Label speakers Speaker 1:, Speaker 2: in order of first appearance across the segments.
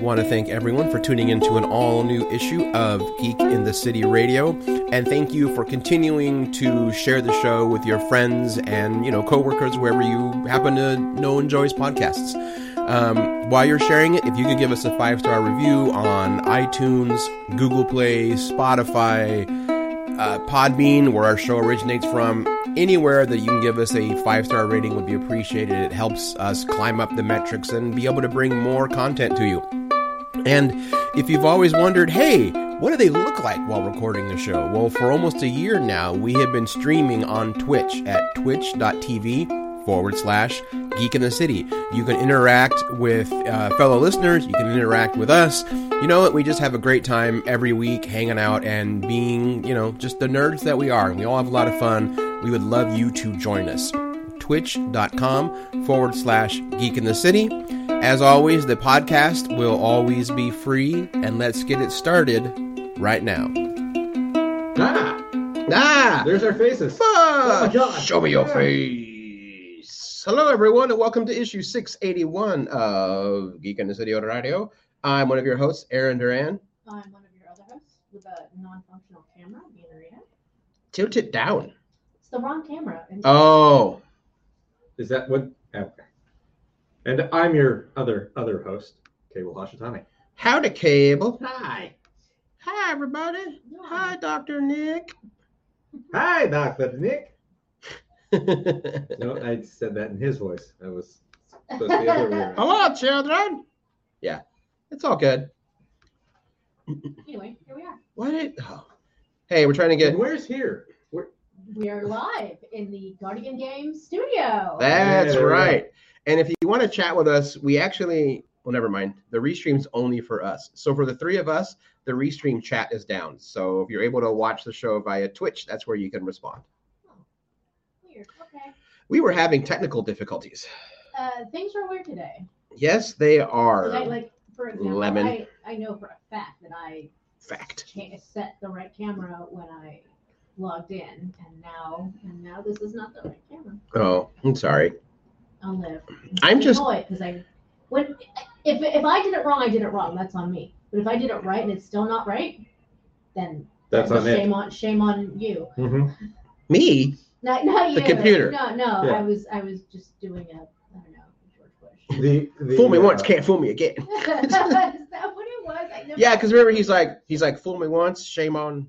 Speaker 1: Want to thank everyone for tuning in to an all new issue of Geek in the City Radio, and thank you for continuing to share the show with your friends and you know coworkers wherever you happen to know enjoys podcasts. Um, while you're sharing it, if you could give us a five star review on iTunes, Google Play, Spotify, uh, Podbean, where our show originates from, anywhere that you can give us a five star rating would be appreciated. It helps us climb up the metrics and be able to bring more content to you. And if you've always wondered, hey, what do they look like while recording the show? Well, for almost a year now, we have been streaming on Twitch at twitch.tv forward slash geek in the city. You can interact with uh, fellow listeners, you can interact with us. You know what? We just have a great time every week hanging out and being, you know, just the nerds that we are. And we all have a lot of fun. We would love you to join us twitch.com forward slash geek in the city. As always, the podcast will always be free, and let's get it started right now.
Speaker 2: Ah,
Speaker 1: Ah!
Speaker 2: there's our faces. Oh my God.
Speaker 1: Show me your face. Hello, everyone, and welcome to issue 681 of Geek in the City Radio. I'm one of your hosts, Aaron Duran.
Speaker 3: I'm one of your other hosts with a non-functional camera, me and Rita.
Speaker 1: Tilt it down.
Speaker 3: It's the wrong camera. And
Speaker 1: Oh,
Speaker 2: Is that what? Okay. And I'm your other other host, Cable Hashitani.
Speaker 1: howdy, Cable. Hi. Hi, everybody.
Speaker 3: No.
Speaker 1: Hi, Dr. Nick.
Speaker 2: Hi, Doctor Nick. No, I said that in his voice. I was supposed to be the other way around.
Speaker 1: Hello, children. Yeah, it's all good.
Speaker 3: Anyway, here we are.
Speaker 1: What? Did, oh. Hey, we're trying to get.
Speaker 2: And where's here? Where,
Speaker 3: We're live in the Guardian Games studio.
Speaker 1: That's
Speaker 2: Yeah.
Speaker 1: right. And if you want to chat with us, we actually. Well, never mind. The restream's only for us. So for the three of us, the restream chat is down. So if you're able to watch the show via Twitch, that's where you can respond.
Speaker 3: Weird. Okay.
Speaker 1: We were having technical difficulties.
Speaker 3: Uh, things are weird today.
Speaker 1: Yes, they are.
Speaker 3: Like, like for example,
Speaker 1: Lemon.
Speaker 3: I, I know for a fact that I
Speaker 1: Fact.
Speaker 3: can't set the right camera when I logged in, and now and now this is not the right camera.
Speaker 1: Oh, I'm sorry.
Speaker 3: I'll live.
Speaker 1: I'm just.
Speaker 3: because I when if if I did it wrong, I did it wrong. That's on me. But if I did it right and it's still not right, then
Speaker 2: that's on
Speaker 3: shame
Speaker 2: it.
Speaker 3: on shame on you.
Speaker 1: Mm-hmm.
Speaker 2: Mhm.
Speaker 1: Me?
Speaker 3: Not, not
Speaker 1: The
Speaker 3: you.
Speaker 1: computer.
Speaker 3: No, no.
Speaker 2: Yeah.
Speaker 3: I was I was just doing a I don't know George Bush.
Speaker 2: The, the,
Speaker 1: Fool me
Speaker 2: uh,
Speaker 1: once, can't fool me again.
Speaker 3: Is that what it was? I never,
Speaker 1: Yeah, because remember he's like he's like fool me once, shame on,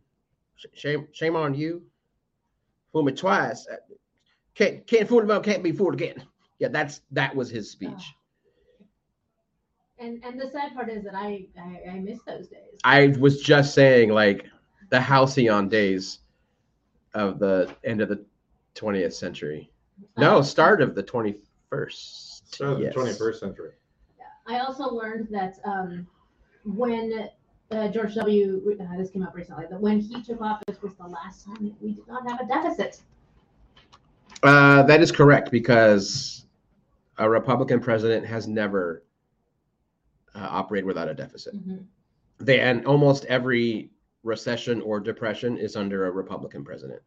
Speaker 1: sh- shame shame on you. Fool me twice, uh, can't can't fool about, can't be fooled again. Yeah, that's that was his speech.
Speaker 3: And and the sad part is that I I, I miss those days.
Speaker 1: I was just saying like the halcyon days of the end of the 20th century.
Speaker 3: Oh. Um,
Speaker 1: No, start of the 21st.
Speaker 2: Start of the
Speaker 1: Yes.
Speaker 2: 21st century.
Speaker 3: I also learned that um, when uh, George W. Uh, this came up recently that when he took office was the last time that we did not have a deficit.
Speaker 1: Uh, that is correct because a Republican president has never uh, operated without a deficit. they and almost every recession or depression is under a Republican president.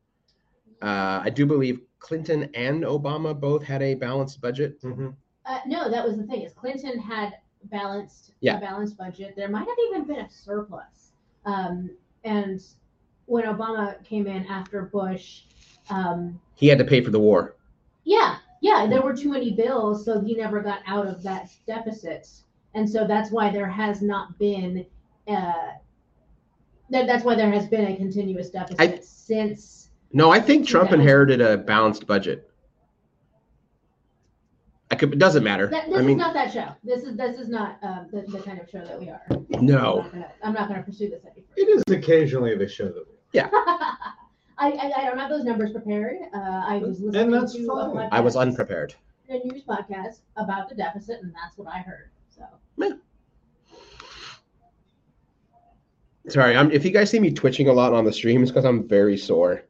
Speaker 1: Uh, I do believe Clinton and Obama both had a balanced budget.
Speaker 2: hmm
Speaker 3: Uh, no, that was the thing. Is Clinton had balanced
Speaker 1: Yeah.
Speaker 3: a balanced budget. There might have even been a surplus. Um, and when Obama came in after Bush, um,
Speaker 1: He had to pay for the war.
Speaker 3: yeah, yeah, there were too many bills, so he never got out of that deficit, and so that's why there has not been. Uh, that, that's why there has been a continuous deficit
Speaker 1: I-
Speaker 3: since.
Speaker 1: No, I think Trump
Speaker 3: Yeah.
Speaker 1: inherited a balanced budget. I could. It doesn't matter.
Speaker 3: That, this
Speaker 1: I mean,
Speaker 3: is not that show. This is this is not um, the, the kind of show that we are. I'm
Speaker 1: no.
Speaker 3: not gonna, I'm not gonna pursue this any further.
Speaker 2: It is occasionally the show that we.
Speaker 3: I, I, I don't have those numbers prepared. Uh, I was
Speaker 2: And
Speaker 3: listening
Speaker 2: that's
Speaker 3: to a
Speaker 2: fine.
Speaker 3: podcast,
Speaker 1: I was unprepared.
Speaker 3: a news podcast about the deficit, and that's what I heard. So
Speaker 1: Sorry. I'm, if you guys see me twitching a lot on the stream, it's because I'm very sore.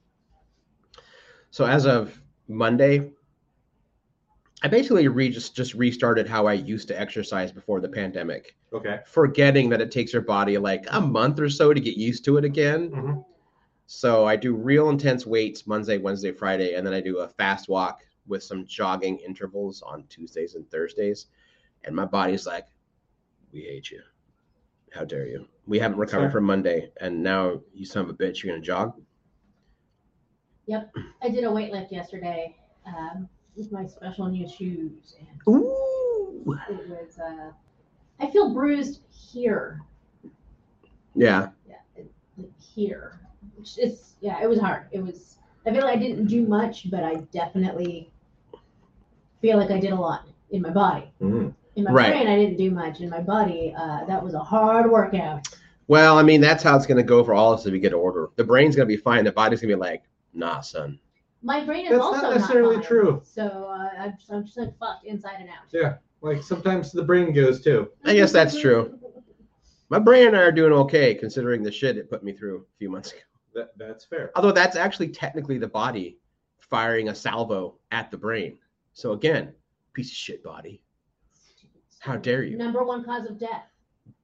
Speaker 1: so as of Monday, I basically re- just just restarted how I used to exercise before the pandemic,
Speaker 2: Okay.
Speaker 1: forgetting that it takes your body like a month or so to get used to it again.
Speaker 2: Mhm.
Speaker 1: So I do real intense weights Monday, Wednesday, Friday, and then I do a fast walk with some jogging intervals on Tuesdays and Thursdays. And my body's like, we hate you. How dare you? We haven't recovered from Monday, and now you son of a bitch, you're gonna jog.
Speaker 3: I did a weight lift yesterday um, with my special new shoes, and
Speaker 1: Ooh.
Speaker 3: it was. Uh, I feel bruised here,
Speaker 1: Yeah.
Speaker 3: like here. Which is yeah, it was hard. It was. I feel like I didn't do much, but I definitely feel like I did a lot in my body.
Speaker 2: Mm.
Speaker 3: In my
Speaker 1: Right.
Speaker 3: brain, I didn't do much. In my body, uh, that was a hard workout.
Speaker 1: Well, I mean, that's how it's gonna go for all of us if we get order. The brain's gonna be fine. The body's gonna be like, nah, son.
Speaker 3: My brain is
Speaker 2: That's
Speaker 3: also
Speaker 2: not necessarily
Speaker 3: fine.
Speaker 2: true.
Speaker 3: So uh, I'm, just- I'm just like fucked inside and out.
Speaker 2: Yeah. Like sometimes the brain goes too.
Speaker 1: I guess that's true. My brain and I are doing okay considering the shit it put me through a few months ago.
Speaker 2: That that's fair.
Speaker 1: Although that's actually technically the body firing a salvo at the brain. So again, piece of shit body. How dare you?
Speaker 3: Number one cause of death: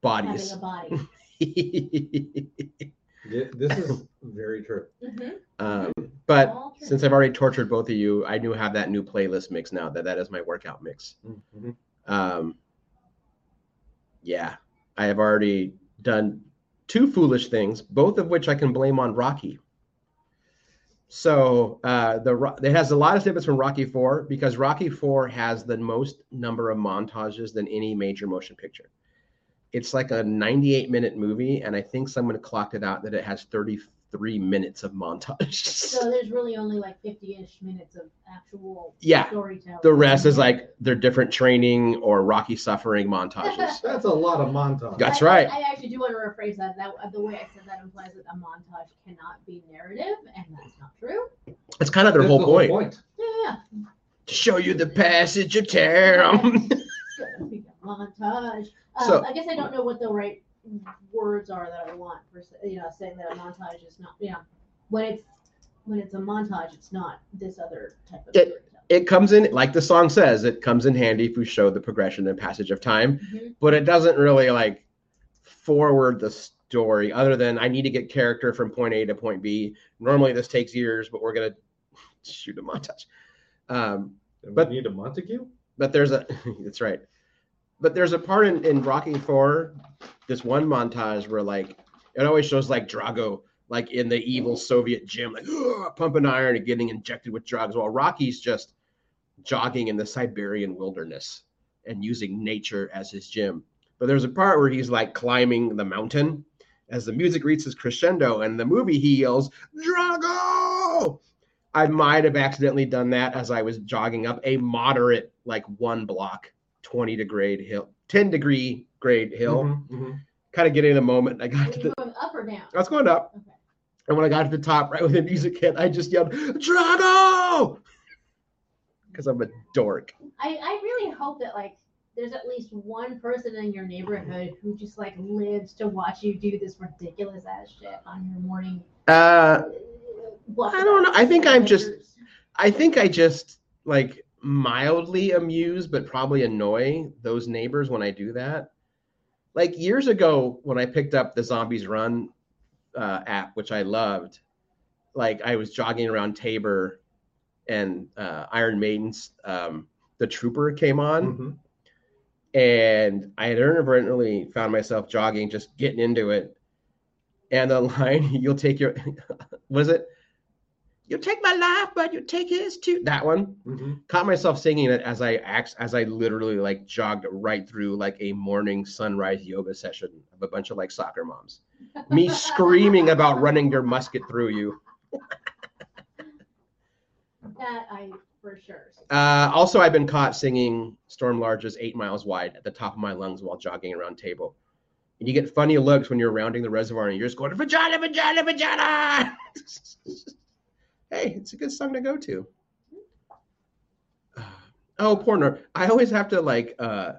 Speaker 1: Bodies.
Speaker 3: having a body.
Speaker 2: Th- This is very true.
Speaker 3: Mhm.
Speaker 1: um, but since I've already tortured both of you, I do have that new playlist mix now. That that is my workout mix.
Speaker 2: Mhm.
Speaker 1: Um, yeah, I have already done two foolish things, both of which I can blame on Rocky. So uh, the Ro- it has a lot of snippets from Rocky Four because Rocky Four has the most number of montages than any major motion picture. It's like a 98 minute movie, and I think someone clocked it out that it has 33 minutes of montages.
Speaker 3: So there's really only like 50-ish minutes of actual
Speaker 1: yeah,
Speaker 3: storytelling.
Speaker 1: the rest is like their different training or Rocky suffering montages.
Speaker 2: That's a lot of montage.
Speaker 1: That's
Speaker 3: I-
Speaker 1: right.
Speaker 3: I, actually do want to rephrase that. That uh, the way I said that implies that a montage cannot be narrative, and that's not true.
Speaker 1: That's kind of their
Speaker 2: That's
Speaker 1: whole
Speaker 2: the
Speaker 1: point.
Speaker 2: point.
Speaker 3: Yeah, yeah,
Speaker 1: To show you the passage of time.
Speaker 3: yeah. Speak of montage. Um,
Speaker 1: So-
Speaker 3: I guess I don't know what the right words are that I want for s- you know saying that a montage is not you know when it's when it's a montage, it's not this other type of.
Speaker 1: It-
Speaker 3: storytelling.
Speaker 1: it comes in, like the song says, it comes in handy if you show the progression and passage of time,
Speaker 3: Mhm.
Speaker 1: but it doesn't really like forward the story other than I need to get character from point A to point B. Normally this takes years, but we're going to shoot a montage. Um,
Speaker 2: And
Speaker 1: But-
Speaker 2: we need a Montague.
Speaker 1: but there's a that's right but there's a part in, in rocky four this one montage where like it always shows like drago like in the evil soviet gym like "Ugh," pumping iron and getting injected with drugs while rocky's just jogging in the siberian wilderness and using nature as his gym but there's a part where he's like climbing the mountain as the music reaches its crescendo and in the movie he yells drago I might have accidentally done that as I was jogging up a moderate, like one block, 20 degree hill, 10 degree grade hill.
Speaker 2: Mhm, mhm.
Speaker 1: Kind of getting in the moment. I
Speaker 3: Are
Speaker 1: got to
Speaker 3: you
Speaker 1: the, Oh.
Speaker 3: going up or down?
Speaker 1: I was going up.
Speaker 3: Okay.
Speaker 1: And when I got to the top, right when the music hit, I just yelled, Drago! Because I'm a dork.
Speaker 3: I, I really hope that like there's at least one person in your neighborhood who just like lives to watch you do this ridiculous ass shit on your morning.
Speaker 1: Uh,
Speaker 3: walk
Speaker 1: I don't know. I think
Speaker 3: about
Speaker 1: I'm just-
Speaker 3: adventures.
Speaker 1: I think I just like mildly amuse, but probably annoy those neighbors when I do that. Like years ago, when I picked up the Zombies Run uh, app, which I loved, like I was jogging around Tabor, and uh, Iron Maiden's um, "The Trooper" came on,
Speaker 2: Mhm.
Speaker 1: and I had inadvertently found myself jogging, just getting into it. And the line, "You'll take your," was it? You'll take my life, but you'll take his too. That one
Speaker 2: Mhm.
Speaker 1: caught myself singing it as I ax- as I literally like jogged right through like a morning sunrise yoga session of a bunch of like soccer moms. Me screaming about running your musket through you.
Speaker 3: that. I for sure.
Speaker 1: Uh, also, I've been caught singing Storm Large's Eight Miles Wide at the top of my lungs while jogging around table. And you get funny looks when you're rounding the reservoir and you're just going, vagina, vagina, vagina. hey, it's a good song to go to. Uh, Oh, poor Norm. I always have to like uh,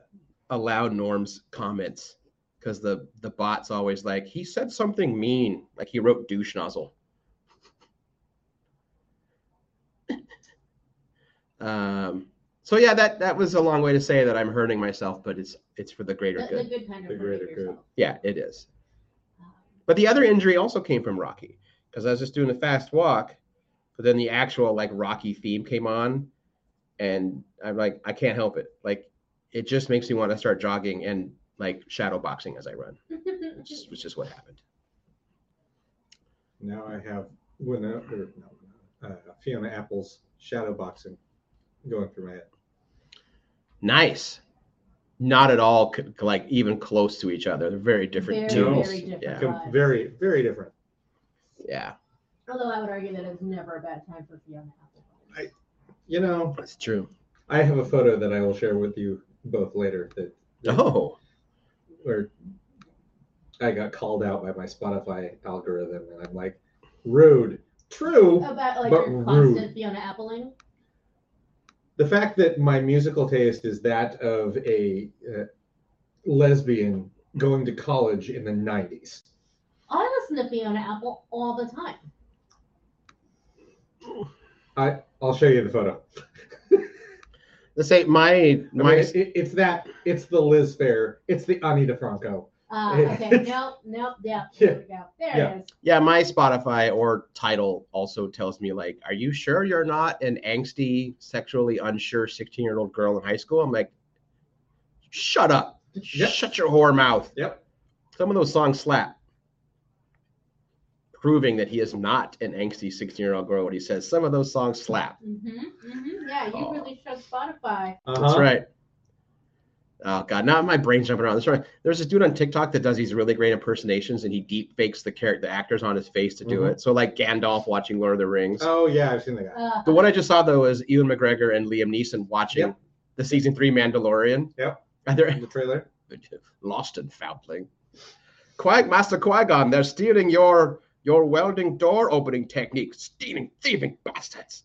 Speaker 1: allow Norm's comments because the, the bot's always like, he said something mean. Like he wrote douche nozzle. um, so yeah, that, that was a long way to say that I'm hurting myself, but it's it's for the
Speaker 3: The,
Speaker 1: greater
Speaker 3: the
Speaker 1: good.
Speaker 3: good kind of
Speaker 2: The greater
Speaker 3: hurting yourself.
Speaker 1: Yeah, it is.
Speaker 3: Um,
Speaker 1: But the other injury also came from Rocky because I was just doing a fast walk, but then the actual like Rocky theme came on, and I'm like, I can't help it. Like, it just makes me want to start jogging, and like shadow boxing as I run, which is, which is what happened.
Speaker 2: Now I have Winona, or no, Winona, uh, Fiona Apple's shadow boxing going through my head.
Speaker 1: Nice. Not at all c- like even close to each other. They're very different
Speaker 3: Very,
Speaker 1: tunes.
Speaker 3: very different.
Speaker 1: Yeah.
Speaker 2: Com- Very, very different.
Speaker 1: Yeah.
Speaker 3: Although I would argue that it's never a bad time for Fiona Apple.
Speaker 2: I- You know,
Speaker 1: That's true.
Speaker 2: I have a photo that I will share with you both later that
Speaker 1: Oh.
Speaker 2: where I got called out by my Spotify algorithm, and I'm like, rude. True.
Speaker 3: About like
Speaker 2: But
Speaker 3: your
Speaker 2: rude.
Speaker 3: constant Fiona Appling.
Speaker 2: The fact that my musical taste is that of a uh, lesbian going to college in the 90s.
Speaker 3: I listen to Fiona Apple all the time.
Speaker 2: I'll show you the photo.
Speaker 1: Let's say my
Speaker 2: I mean,
Speaker 1: my
Speaker 2: it- it's that. It's the Liz Fair. It's the Anita Franco.
Speaker 3: Uh, okay,
Speaker 2: It's-
Speaker 3: nope, nope, yeah,
Speaker 2: Yeah.
Speaker 3: there we go. There
Speaker 2: Yeah.
Speaker 3: it is.
Speaker 1: yeah, my Spotify or title also tells me like, are you sure you're not an angsty, sexually unsure 16 year old girl in high school? I'm like, shut up.
Speaker 2: Yep.
Speaker 1: Shut your whore mouth.
Speaker 2: Yep.
Speaker 1: Some of those songs slap. Proving that he is not an angsty 16 year old girl when he says some of those songs slap.
Speaker 3: Mm-hmm, mm-hmm. Yeah, you
Speaker 1: Oh.
Speaker 3: really show Spotify.
Speaker 2: Uh-huh.
Speaker 1: That's right. Oh god, now my brain's jumping around. That's right. There's this dude on TikTok that does these really great impersonations, and he deep fakes the character, the actors on his face to do
Speaker 2: Mhm.
Speaker 1: it. So like Gandalf watching Lord of the Rings.
Speaker 2: Oh yeah, I've seen that guy.
Speaker 3: Uh,
Speaker 1: The one I just saw though is Ewan McGregor and Liam Neeson watching
Speaker 2: Yep.
Speaker 1: the season three Mandalorian.
Speaker 2: Yep.
Speaker 1: And they're
Speaker 2: In the trailer.
Speaker 1: lost and foundling. Qui Master Qui Gon, they're stealing your your welding door opening technique. Stealing thieving bastards.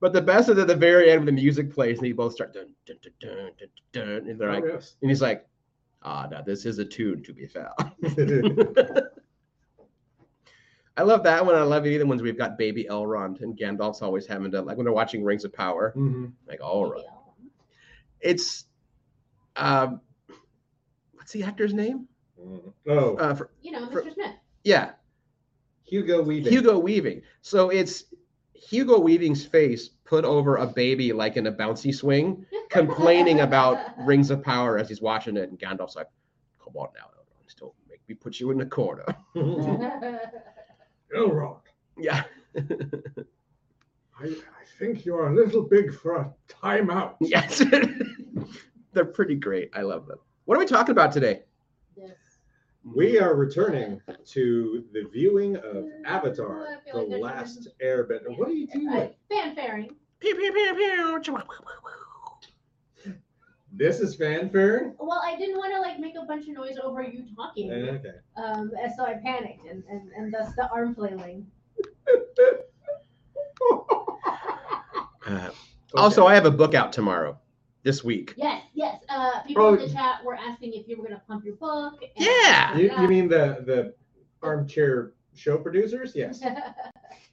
Speaker 1: But the best is at the very end when the music plays and they both start dun dun dun dun dun dun, dun and they're like
Speaker 2: Oh, yes.
Speaker 1: and he's like, ah no, this is a tune to be found.
Speaker 2: Mm-hmm.
Speaker 1: I love that one. I love even ones we've got baby Elrond and Gandalf's always having to like when they're watching Rings of Power.
Speaker 2: Mhm.
Speaker 1: Like, all right. It's um what's the actor's name?
Speaker 2: Mhm. Oh,
Speaker 1: Uh, for,
Speaker 3: You know,
Speaker 1: For-
Speaker 3: Mr. Smith.
Speaker 1: yeah,
Speaker 2: Hugo Weaving.
Speaker 1: Hugo Weaving. So it's Hugo Weaving's face put over a baby like in a bouncy swing, complaining about Rings of Power as he's watching it, and Gandalf's like, "Come on now, Elrond, don't make me put you in the corner."
Speaker 2: Elrond,
Speaker 1: Yeah,
Speaker 2: I, I think you're a little big for a timeout.
Speaker 1: yes, they're pretty great. I love them. What are we talking about today?
Speaker 3: This.
Speaker 2: We are returning to the viewing of Avatar:
Speaker 3: I feel
Speaker 2: The
Speaker 3: like there's
Speaker 2: Last Airbender. What are you doing?
Speaker 3: I- uh, Fanfaring.
Speaker 1: Pew, pew, pew, pew, chihuahua, woo, woo, woo.
Speaker 2: This is fanfare.
Speaker 3: Well, I didn't want to like make a bunch of noise over you talking,
Speaker 2: Okay.
Speaker 3: um, and so I panicked, and, and, and thus the arm flailing.
Speaker 1: Uh, Also, I have a book out tomorrow, this week.
Speaker 3: Yes, yes. Uh, people
Speaker 2: Oh.
Speaker 3: in the chat were asking if you were gonna pump your book. and-
Speaker 1: Yeah.
Speaker 2: you, you mean the the armchair show producers? Yes.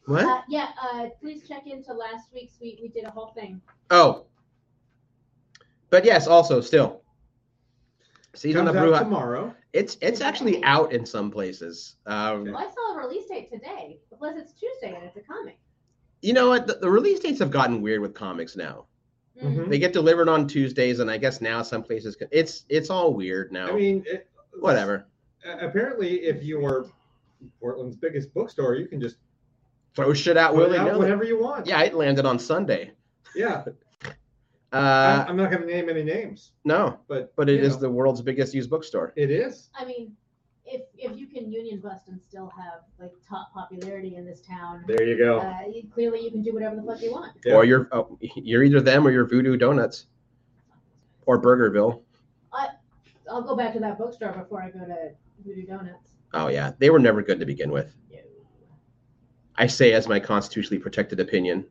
Speaker 1: What?
Speaker 3: Uh, yeah, uh, please check into last week's. We, we did a whole thing.
Speaker 1: Oh. But yes, also still. Season of
Speaker 2: Comes out
Speaker 1: Bruja.
Speaker 2: tomorrow.
Speaker 1: It's it's actually out in some places. Um,
Speaker 3: Well, I saw a release date today, plus it's Tuesday and it's a comic.
Speaker 1: You know what? The, the release dates have gotten weird with comics now.
Speaker 3: Mm.
Speaker 2: Mhm.
Speaker 1: They get delivered on Tuesdays, and I guess now some places can, it's it's all weird now.
Speaker 2: I mean, it,
Speaker 1: Whatever.
Speaker 2: a- Apparently, if you are Portland's biggest bookstore, you can just
Speaker 1: Throw shit out
Speaker 2: put
Speaker 1: willy
Speaker 2: it out
Speaker 1: nilly.
Speaker 2: whenever you want.
Speaker 1: Yeah, it landed on Sunday.
Speaker 2: Yeah.
Speaker 1: Uh,
Speaker 2: I'm, I'm not going to name any names,
Speaker 1: no,
Speaker 2: but
Speaker 1: but it
Speaker 2: you
Speaker 1: is
Speaker 2: know,
Speaker 1: the world's biggest used bookstore.
Speaker 2: it is.
Speaker 3: I mean, if if you can union bust and still have like top popularity in this town,
Speaker 2: There you go.
Speaker 3: uh, you, clearly you can do whatever the fuck you want.
Speaker 2: Yeah.
Speaker 1: Or you're oh, you're either them or you're Voodoo Donuts or Burgerville.
Speaker 3: I'll go back to that bookstore before I go to Voodoo Donuts.
Speaker 1: Oh yeah, they were never good to begin with. I say as my constitutionally protected opinion.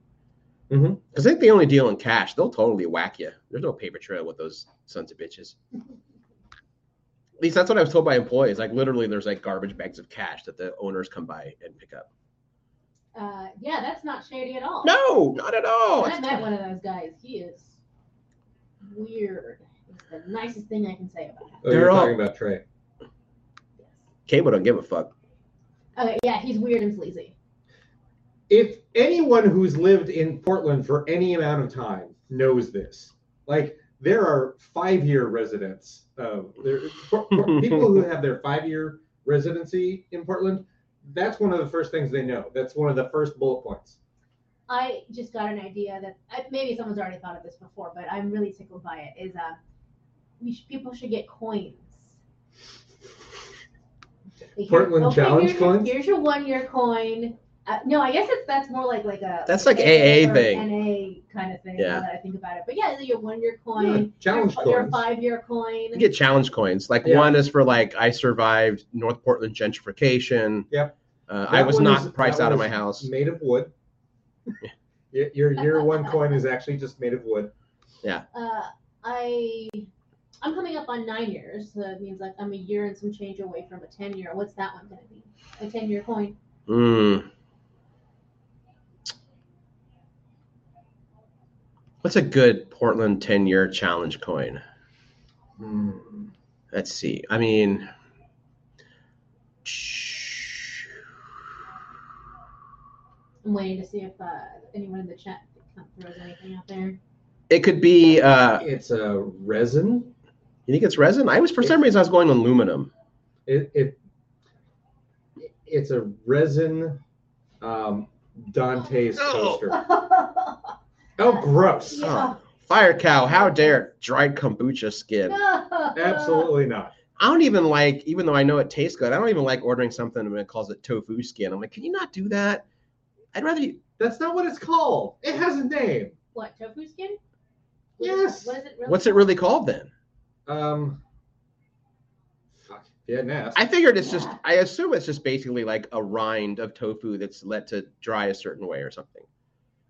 Speaker 2: Mhm.
Speaker 1: Because I think they only deal in cash. They'll totally whack you. There's no paper trail with those sons of bitches. At least that's what I was told by employees. Like literally, there's like garbage bags of cash that the owners come by and pick up.
Speaker 3: Uh, yeah, that's not shady at all.
Speaker 1: No, not at all.
Speaker 3: When I met one of those guys. He is weird. It's the nicest thing I can say about him.
Speaker 2: Oh, you're
Speaker 1: They're all-
Speaker 2: talking about Trey.
Speaker 3: Yes.
Speaker 1: Cable don't give a fuck.
Speaker 3: Okay, yeah, he's weird and sleazy.
Speaker 2: If anyone who's lived in Portland for any amount of time knows this, like there are five-year residents of there, for- for people who have their five-year residency in Portland. That's one of the first things they know. That's one of the first bullet points.
Speaker 3: I just got an idea that I- maybe someone's already thought of this before, but I'm really tickled by it. Is uh, we sh- people should get coins. Like,
Speaker 2: Portland
Speaker 3: here's-
Speaker 2: Challenge
Speaker 3: here's,
Speaker 2: coins?
Speaker 3: Here's your one year coin. Uh, no, I guess it's that's more like like a
Speaker 1: That's like AA
Speaker 3: or
Speaker 1: thing.
Speaker 3: NA kind of thing.
Speaker 1: Yeah.
Speaker 3: Now that I think about it, but yeah, your one year
Speaker 2: Yeah,
Speaker 3: coin,
Speaker 2: challenge
Speaker 3: your,
Speaker 2: coins.
Speaker 3: five year coin.
Speaker 1: You get challenge coins. Like
Speaker 2: Yeah.
Speaker 1: one is for like I survived North Portland gentrification.
Speaker 2: Yep.
Speaker 1: Uh, I
Speaker 2: That
Speaker 1: was
Speaker 2: one
Speaker 1: not
Speaker 2: is-
Speaker 1: priced
Speaker 2: that
Speaker 1: out of my
Speaker 2: one
Speaker 1: house.
Speaker 2: is Made of wood. Your- Your year one coin is actually just made of wood.
Speaker 3: uh, I I'm coming up on nine years, so that means like I'm a year and some change away from a ten year. What's that one gonna be? A ten year coin.
Speaker 1: Mm. What's a good Portland 10 year challenge coin? Hmm. Let's see. I mean,
Speaker 3: I'm waiting to see if uh, anyone in the chat throws anything out there.
Speaker 1: it could be. Uh,
Speaker 2: It's a resin.
Speaker 1: you think it's resin? I was, for some reason, I was going aluminum.
Speaker 2: It, it it's a resin um, Dante's
Speaker 1: No.
Speaker 2: poster. Oh, gross!
Speaker 3: Yeah.
Speaker 1: Oh, fire cow, how dare dried kombucha skin.
Speaker 2: Absolutely not.
Speaker 1: I don't even like, even though I know it tastes good, I don't even like ordering something and it calls it tofu skin. I'm like, can you not do that? I'd rather you.
Speaker 2: That's not what it's called. It has a name.
Speaker 3: What tofu skin?
Speaker 2: Yes.
Speaker 3: What is it really?
Speaker 1: What's it really called then?
Speaker 2: Um, fuck. Yeah, nasty.
Speaker 1: I figured it's just. I assume it's just basically like a rind of tofu that's let to dry a certain way or something.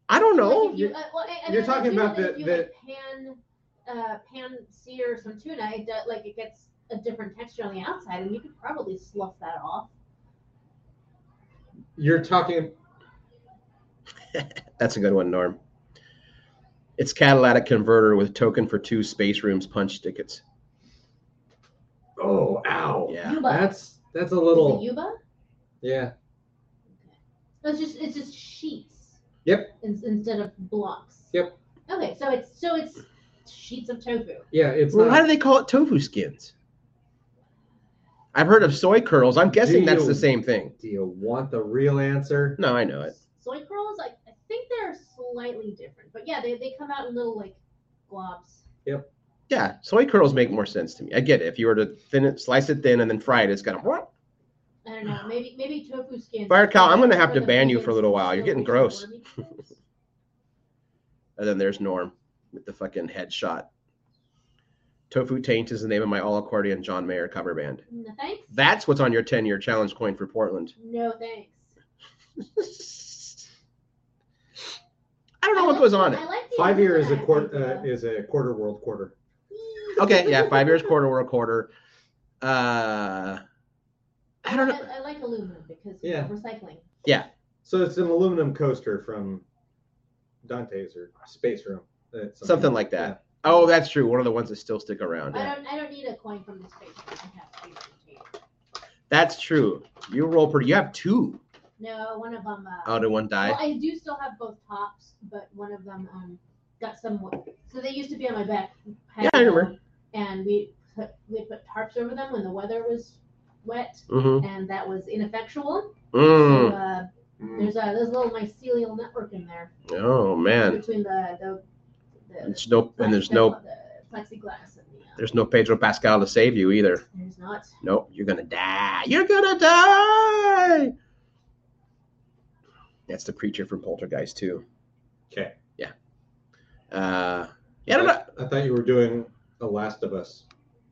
Speaker 1: I don't
Speaker 3: Like,
Speaker 1: know.
Speaker 3: if you, uh, well, and- and
Speaker 2: You're
Speaker 3: then
Speaker 2: talking
Speaker 3: tuna,
Speaker 2: about the-
Speaker 3: if you,
Speaker 2: the-
Speaker 3: like, pan uh, pan sear some tuna. It does, like it gets a different texture on the outside, and you could probably slough that off.
Speaker 2: You're talking.
Speaker 1: That's a good one, Norm. It's catalytic converter with token for two space rooms punch tickets.
Speaker 2: Oh, ow.
Speaker 1: Yeah.
Speaker 3: Yuba.
Speaker 2: That's that's a
Speaker 3: Is it
Speaker 2: little.
Speaker 3: Yuba?
Speaker 2: Yeah.
Speaker 3: So it's just it's just sheets.
Speaker 2: Yep.
Speaker 3: In, instead of blocks.
Speaker 2: Yep.
Speaker 3: Okay, so it's so it's sheets of tofu.
Speaker 2: Yeah. It's
Speaker 1: Well, why
Speaker 2: not.
Speaker 1: do they call it tofu skins? I've heard of soy curls. I'm guessing that's the
Speaker 2: Deal.
Speaker 1: same thing.
Speaker 2: Do you want the real answer?
Speaker 1: No, I know it.
Speaker 3: Soy curls, I, I think they're slightly different, but yeah, they, they come out in little like globs.
Speaker 1: Yeah, soy curls make more sense to me. I get it. If you were to thin it, slice it thin, and then fry it, it's gonna.
Speaker 3: I don't know, maybe maybe tofu skins.
Speaker 1: Fire cow, I'm gonna have
Speaker 3: Like
Speaker 1: to
Speaker 3: a
Speaker 1: ban you
Speaker 3: vegan
Speaker 1: for a little while. You're getting gross.
Speaker 3: sandwich or something.
Speaker 1: And then there's Norm with the fucking headshot. Tofu Taint is the name of my all accordion John Mayer cover band.
Speaker 3: No thanks.
Speaker 1: That's what's on your 10 year challenge coin for Portland.
Speaker 3: No thanks.
Speaker 1: I don't know what goes on
Speaker 3: I
Speaker 1: it.
Speaker 3: like the
Speaker 2: Five year is a
Speaker 3: idea,
Speaker 2: quarter uh,
Speaker 3: Yuba.
Speaker 2: is a quarter world quarter.
Speaker 1: Okay, yeah, five years, quarter, or a quarter. Uh, I don't know.
Speaker 3: I, I like aluminum because
Speaker 2: Yeah.
Speaker 3: recycling.
Speaker 2: So it's an aluminum coaster from Dante's or Space Room. uh,
Speaker 1: Something like that. Oh, that's true. One of the ones that still stick around.
Speaker 3: I don't I don't need a coin from this page. I have to be
Speaker 1: That's true. You roll pretty. You have two
Speaker 3: No, one of them. Uh,
Speaker 1: out of one
Speaker 3: well,
Speaker 1: die.
Speaker 3: I do still have both tops, but one of them um got some. wo- So they used to be on my back.
Speaker 1: Yeah, I remember.
Speaker 3: And we put, we put tarps over them when the weather was wet,
Speaker 1: Mm-hmm.
Speaker 3: and that was ineffectual. So,
Speaker 1: Mm.
Speaker 3: uh,
Speaker 2: Mm.
Speaker 3: there's a there's a little mycelial network in there
Speaker 1: Oh man.
Speaker 3: between the the. the
Speaker 1: It's no, and there's no
Speaker 3: the plexiglass and the. Uh,
Speaker 1: There's no Pedro Pascal to save you either.
Speaker 3: there's not.
Speaker 1: Nope, you're gonna die. You're gonna die. That's the preacher from Poltergeist too.
Speaker 2: Okay.
Speaker 1: Uh, yeah, I don't know.
Speaker 2: I thought you were doing a Last of Us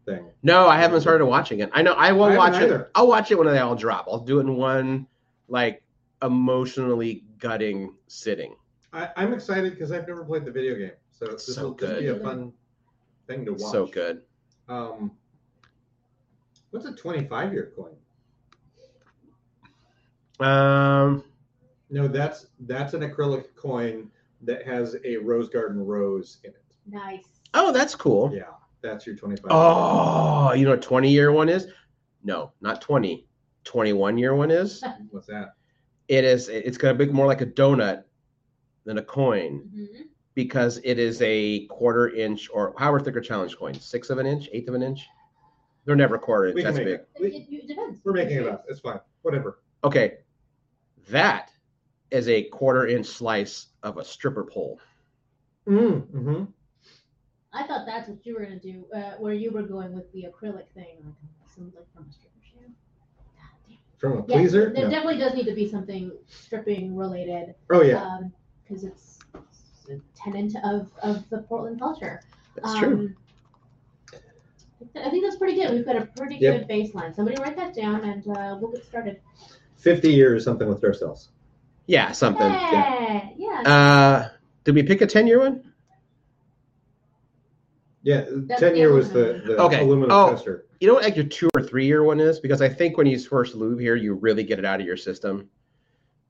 Speaker 2: thing.
Speaker 1: No, I haven't started watching it. I know I will
Speaker 2: I haven't
Speaker 1: watch it.
Speaker 2: either.
Speaker 1: I'll watch it when they all drop. I'll do it in one like emotionally gutting sitting.
Speaker 2: I, I'm excited because I've never played the video game, so
Speaker 1: It's
Speaker 2: this
Speaker 1: so
Speaker 2: will just be
Speaker 3: good.
Speaker 2: a fun thing to watch.
Speaker 1: So good.
Speaker 2: Um, what's a 25 year coin?
Speaker 1: Um,
Speaker 2: No, that's that's an acrylic coin that has a rose garden rose in it.
Speaker 3: Nice.
Speaker 1: oh, that's cool.
Speaker 2: Yeah, that's your 25.
Speaker 1: Oh, you know what 20 year one is? No, not 20. 21 year one is?
Speaker 2: what's that?
Speaker 1: it is it's gonna be more like a donut than a coin
Speaker 3: Mhm.
Speaker 1: because it is a quarter inch or however thick are challenge coins? Six of an inch, eighth of an inch? They're never quarter inch.
Speaker 2: We can
Speaker 1: That's
Speaker 2: make
Speaker 1: big.
Speaker 2: it.
Speaker 3: It,
Speaker 2: We,
Speaker 3: it, it depends.
Speaker 2: we're making it up. It's fine. Whatever.
Speaker 1: Okay. That is a quarter inch slice of a stripper pole.
Speaker 2: Mm,
Speaker 1: mm-hmm.
Speaker 2: hmm
Speaker 3: I thought that's what you were gonna do, uh, where you were going with the acrylic thing, like um, some like from a stripper shoe. God damn.
Speaker 2: From a
Speaker 3: Yeah,
Speaker 2: pleaser?
Speaker 3: There
Speaker 2: No.
Speaker 3: definitely does need to be something stripping related,
Speaker 2: Oh yeah.
Speaker 3: um, because it's, it's a tenant of of the Portland culture.
Speaker 1: That's true.
Speaker 3: Um, I think that's pretty good. We've got a pretty good
Speaker 2: Yep.
Speaker 3: baseline. Somebody write that down, and uh, we'll get started.
Speaker 2: Fifty years something with their cells.
Speaker 1: Yeah, something. Yeah.
Speaker 3: yeah. yeah.
Speaker 1: Uh, did we pick a 10 year one?
Speaker 2: Yeah,
Speaker 3: That's
Speaker 2: ten
Speaker 3: the
Speaker 2: year was the,
Speaker 3: aluminum.
Speaker 2: the
Speaker 1: Okay.
Speaker 2: aluminum
Speaker 1: Oh.
Speaker 2: coaster.
Speaker 1: You know what like your two or three year one is? Because I think when you first lube here, you really get it out of your system.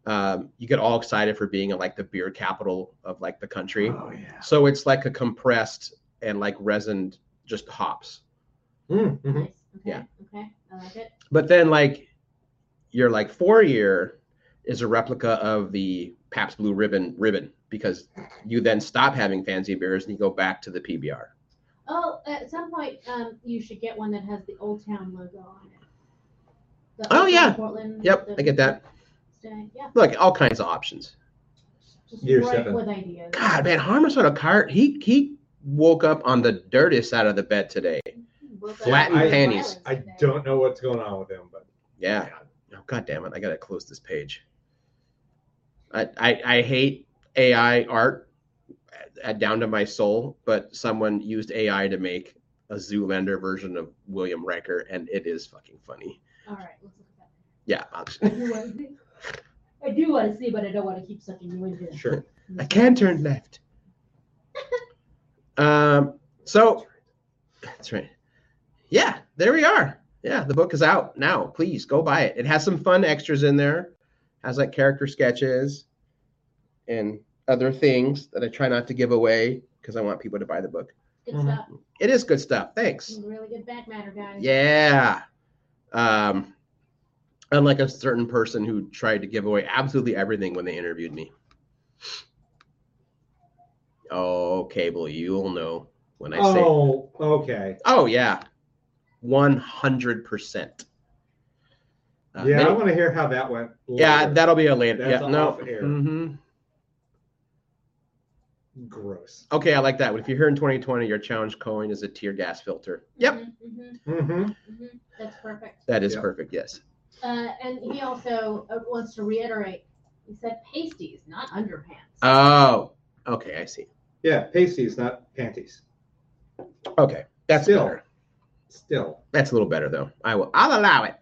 Speaker 1: Um, you get all excited for being in like the beer capital of like the country.
Speaker 2: Oh yeah.
Speaker 1: So it's like a compressed and like resined just hops.
Speaker 2: Mm,
Speaker 1: mm-hmm.
Speaker 2: mhm.
Speaker 3: Nice. Okay.
Speaker 1: Yeah.
Speaker 3: Okay. I like it.
Speaker 1: But then like your like four year is a replica of the Pabst Blue Ribbon ribbon because you then stop having fancy beers and you go back to the PBR.
Speaker 3: Oh, at some point, um, you should get one that has the Old Town logo on it. The
Speaker 1: Oh,
Speaker 3: Old Town
Speaker 1: yeah.
Speaker 3: Portland.
Speaker 1: Yep,
Speaker 3: the-
Speaker 1: I get that.
Speaker 3: stay- Yeah.
Speaker 1: Look, all kinds of options.
Speaker 3: Just
Speaker 2: Year
Speaker 3: right
Speaker 2: seven.
Speaker 3: with ideas.
Speaker 1: God, man, Harmer's on a cart. He he woke up on the dirtiest side of the bed today.
Speaker 3: Look at
Speaker 1: flattened
Speaker 3: the
Speaker 1: panties.
Speaker 3: violence
Speaker 2: I
Speaker 3: today.
Speaker 2: don't know what's going on with them, but
Speaker 1: Yeah. Oh, God damn it. I got to close this page. I, I, I hate AI art uh, down to my soul, but someone used AI to make a Zoolander version of William Riker, and it is fucking funny.
Speaker 3: All right. Let's look at
Speaker 1: Yeah. I'll-
Speaker 3: that. I do want to see- I do want to see, but I don't want to keep sucking you into it.
Speaker 2: sure.
Speaker 1: I can turn left. um, so that's right. Yeah, there we are. Yeah, the book is out now. Please go buy it. It has some fun extras in there, has like character sketches and other things that I try not to give away because I want people to buy the book.
Speaker 3: Good
Speaker 2: Mhm.
Speaker 3: stuff.
Speaker 1: It is good stuff. Thanks.
Speaker 3: Really good back matter, guys.
Speaker 1: Yeah. Um, unlike a certain person who tried to give away absolutely everything when they interviewed me. Oh, cable, you'll know when I say.
Speaker 2: Oh, okay.
Speaker 1: Oh, yeah. 100%. Uh,
Speaker 2: yeah, I
Speaker 1: maybe-
Speaker 2: want to hear how that went.
Speaker 1: yeah,
Speaker 2: later.
Speaker 1: that'll be a later.
Speaker 2: That's
Speaker 1: yeah, no.
Speaker 2: off air.
Speaker 1: Mhm.
Speaker 2: gross.
Speaker 1: Okay, I like that. one. If you're here in 2020, your challenge coin is a tear gas filter. Yep,
Speaker 3: Mm-hmm,
Speaker 2: hmm
Speaker 3: hmm That's perfect.
Speaker 1: that is
Speaker 2: Yep.
Speaker 1: perfect. Yes.
Speaker 3: Uh, and he also uh, wants to reiterate. He said pasties, not underpants.
Speaker 1: Oh, okay, I see.
Speaker 2: Yeah, pasties, not panties.
Speaker 1: Okay, that's
Speaker 2: Still.
Speaker 1: better.
Speaker 2: Still,
Speaker 1: That's a little better though. I will. I'll allow it.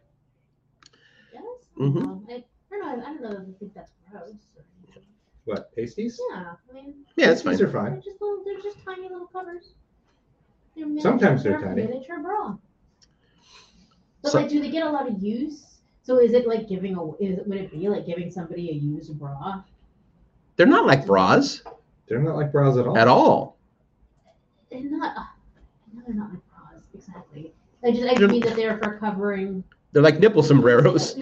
Speaker 3: Yes?
Speaker 2: Mm-hmm.
Speaker 1: Mhm.
Speaker 3: Um, I, I don't know. I don't know if I think that's gross. or anything.
Speaker 2: what pasties?
Speaker 3: Yeah, I mean,
Speaker 1: Yeah, that's fine.
Speaker 2: pasties are
Speaker 3: they're
Speaker 2: fine.
Speaker 3: just little. They're just tiny little covers. They're miniature-
Speaker 2: Sometimes they're tiny.
Speaker 3: Miniature bra. But
Speaker 1: So-
Speaker 3: like, do they get a lot of use? So is it like giving a? Is it, would it be like giving somebody a used bra?
Speaker 1: They're not like bras
Speaker 2: They're not like bras at all.
Speaker 1: at all.
Speaker 3: They're not. I know they're not like bras exactly. I just I
Speaker 1: They're-
Speaker 3: mean that they're for covering.
Speaker 1: They're like nipple sombreros.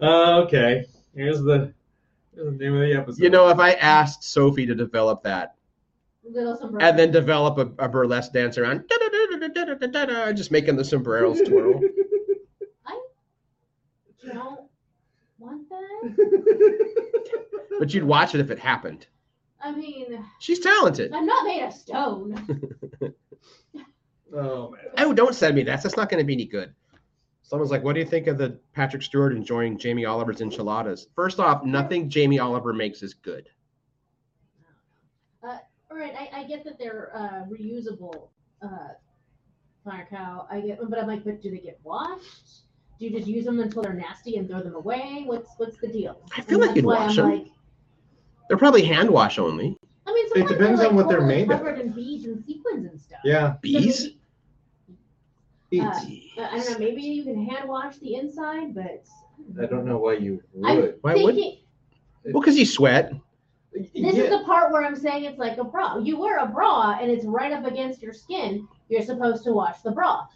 Speaker 2: okay, here's the, here's the name of the episode.
Speaker 1: You know, if I asked Sophie to develop that
Speaker 3: little sombrero.
Speaker 1: and then develop a, a burlesque dance around, da-da-da-da-da-da-da-da, just making the sombreros twirl.
Speaker 3: you don't want that.
Speaker 1: But you'd watch it if it happened.
Speaker 3: I mean,
Speaker 1: She's talented.
Speaker 3: I'm not made of stone.
Speaker 2: oh man.
Speaker 1: Oh, don't send me that. That's not going to be any good. Someone's like, "What do you think of the Patrick Stewart enjoying Jamie Oliver's enchiladas?" First off, nothing Jamie Oliver makes is good.
Speaker 3: Uh, All right, I, I get that they're uh, reusable uh, fire cow. I get, but I'm like, but do they get washed? Do you just use them until they're nasty and throw them away? What's what's the deal?
Speaker 1: I feel like
Speaker 3: And that's
Speaker 1: you'd
Speaker 3: why
Speaker 1: wash
Speaker 3: I'm
Speaker 1: 'em.
Speaker 3: Like,
Speaker 1: They're probably hand wash only.
Speaker 3: I mean, sometimes
Speaker 2: depends
Speaker 3: they're, like,
Speaker 2: on what they're
Speaker 3: totally
Speaker 2: made of.
Speaker 3: covered in beads and sequins and stuff.
Speaker 2: Yeah,
Speaker 3: So maybe-
Speaker 1: Bees.
Speaker 2: eat.
Speaker 3: Uh, uh, I don't know. Maybe you can hand wash the inside, but
Speaker 2: I don't know why you
Speaker 3: I'm
Speaker 2: would.
Speaker 1: Why
Speaker 3: thinking
Speaker 1: would? Well, because you sweat.
Speaker 3: this
Speaker 2: Yeah.
Speaker 3: is the part where I'm saying it's like a bra. You wear a bra and it's right up against your skin. You're supposed to wash the bra,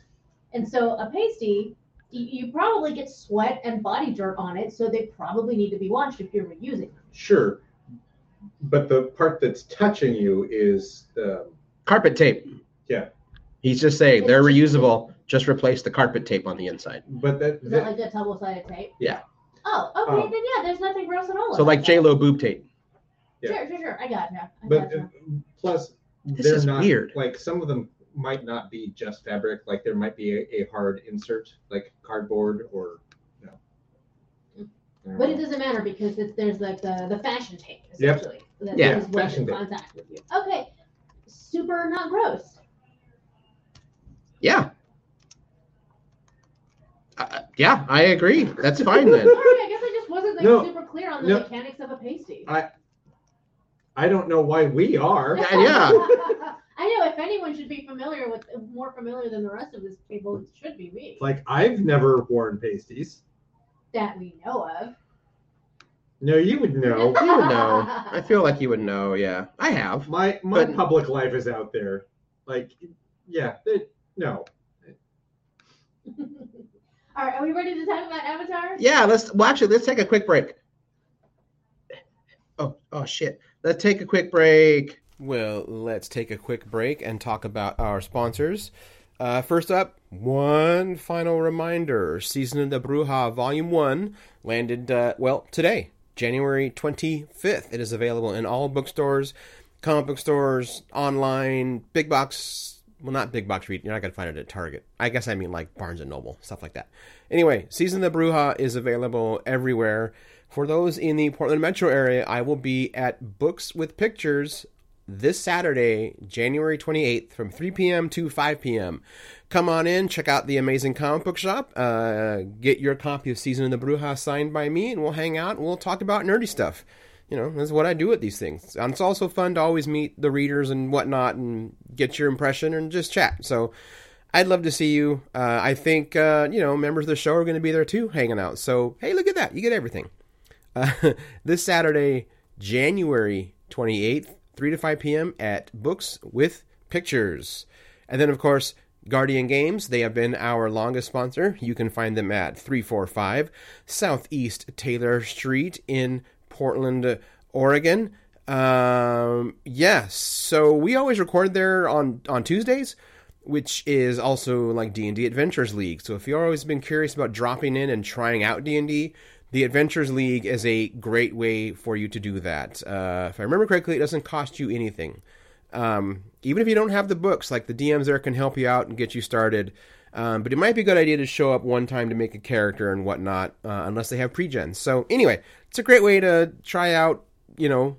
Speaker 3: and so a pasty you probably get sweat and body dirt on it, so they probably need to be washed if you're reusing them.
Speaker 2: Sure, but the part that's touching you is um,
Speaker 4: Carpet tape.
Speaker 2: Yeah.
Speaker 4: He's just saying
Speaker 3: It's
Speaker 4: they're
Speaker 3: just-
Speaker 4: reusable. Just replace the carpet tape on the inside.
Speaker 2: but that,
Speaker 3: Is that
Speaker 2: that
Speaker 3: like that double sided tape?
Speaker 4: Yeah.
Speaker 3: Oh, okay,
Speaker 2: Um,
Speaker 3: then yeah, there's nothing gross at all.
Speaker 4: So
Speaker 3: about
Speaker 4: like
Speaker 3: that.
Speaker 4: J Lo boob tape.
Speaker 2: Yeah.
Speaker 3: Sure, sure, sure. I got you. I
Speaker 2: but
Speaker 3: gotcha.
Speaker 2: uh, plus
Speaker 4: This
Speaker 2: they're
Speaker 4: is
Speaker 2: not
Speaker 4: weird.
Speaker 2: like some of them might not be just fabric like there might be a, a hard insert like cardboard or you know. I don't
Speaker 3: But it
Speaker 2: know.
Speaker 3: doesn't matter because it's, there's like the, the fashion tape,
Speaker 2: Yep.
Speaker 3: essentially. That
Speaker 4: Yeah,
Speaker 3: is what
Speaker 2: fashion
Speaker 3: is in
Speaker 2: tape.
Speaker 3: contact with you. Okay, super not gross.
Speaker 4: Yeah. Uh, yeah, I agree. That's fine then.
Speaker 3: Sorry, I guess I just wasn't like
Speaker 2: No.
Speaker 3: super clear on the
Speaker 2: No.
Speaker 3: mechanics of a pasty.
Speaker 2: I- I don't know why we are.
Speaker 4: Yeah, yeah.
Speaker 3: I know if anyone should be familiar with more familiar than the rest of this table, it should be me.
Speaker 2: Like I've never worn pasties.
Speaker 3: that we know of.
Speaker 2: No, you would know.
Speaker 4: You would know. I feel like you would know. Yeah, I have.
Speaker 2: My my
Speaker 4: But-
Speaker 2: public life is out there. Like, yeah, it, no.
Speaker 3: All right, are we ready to talk about Avatar?
Speaker 4: Yeah, let's. Well, actually, let's take a quick break. Oh, oh shit. Let's take a quick break.
Speaker 1: Well, let's take a quick break and talk about our sponsors. Uh, first up, one final reminder Season of the Bruja Volume 1 landed, uh, well, today, January 25th. It is available in all bookstores, comic book stores, online, big box. Well, not big box read. You're not going to find it at Target. I guess I mean like Barnes and Noble, stuff like that. Anyway, Season of the Bruja is available everywhere. For those in the Portland metro area, I will be at Books with Pictures this Saturday, January 28th, from 3 p.m. to 5 p.m. Come on in, check out the amazing comic book shop, uh, get your copy of Season of the Bruja signed by me, and we'll hang out and we'll talk about nerdy stuff. You know, that's what I do at these things. And it's also fun to always meet the readers and whatnot and get your impression and just chat. So I'd love to see you. Uh, I think, uh, you know, members of the show are going to be there too, hanging out. So, hey, look at that. You get everything. Uh, this Saturday, January 28th, 3 to 5 p.m. at Books with Pictures. And then, of course, Guardian Games, they have been our longest sponsor. You can find them at 345 Southeast Taylor Street in Portland, Oregon. Um, yes, so we always record there on, on Tuesdays which is also like D&D Adventures League. So if you've always been curious about dropping in and trying out D&D, the Adventures League is a great way for you to do that. Uh, if I remember correctly, it doesn't cost you anything. Um, even if you don't have the books, like the DMs there can help you out and get you started. Um, but it might be a good idea to show up one time to make a character and whatnot, uh, unless they have pre-gen. So anyway, it's a great way to try out, you know,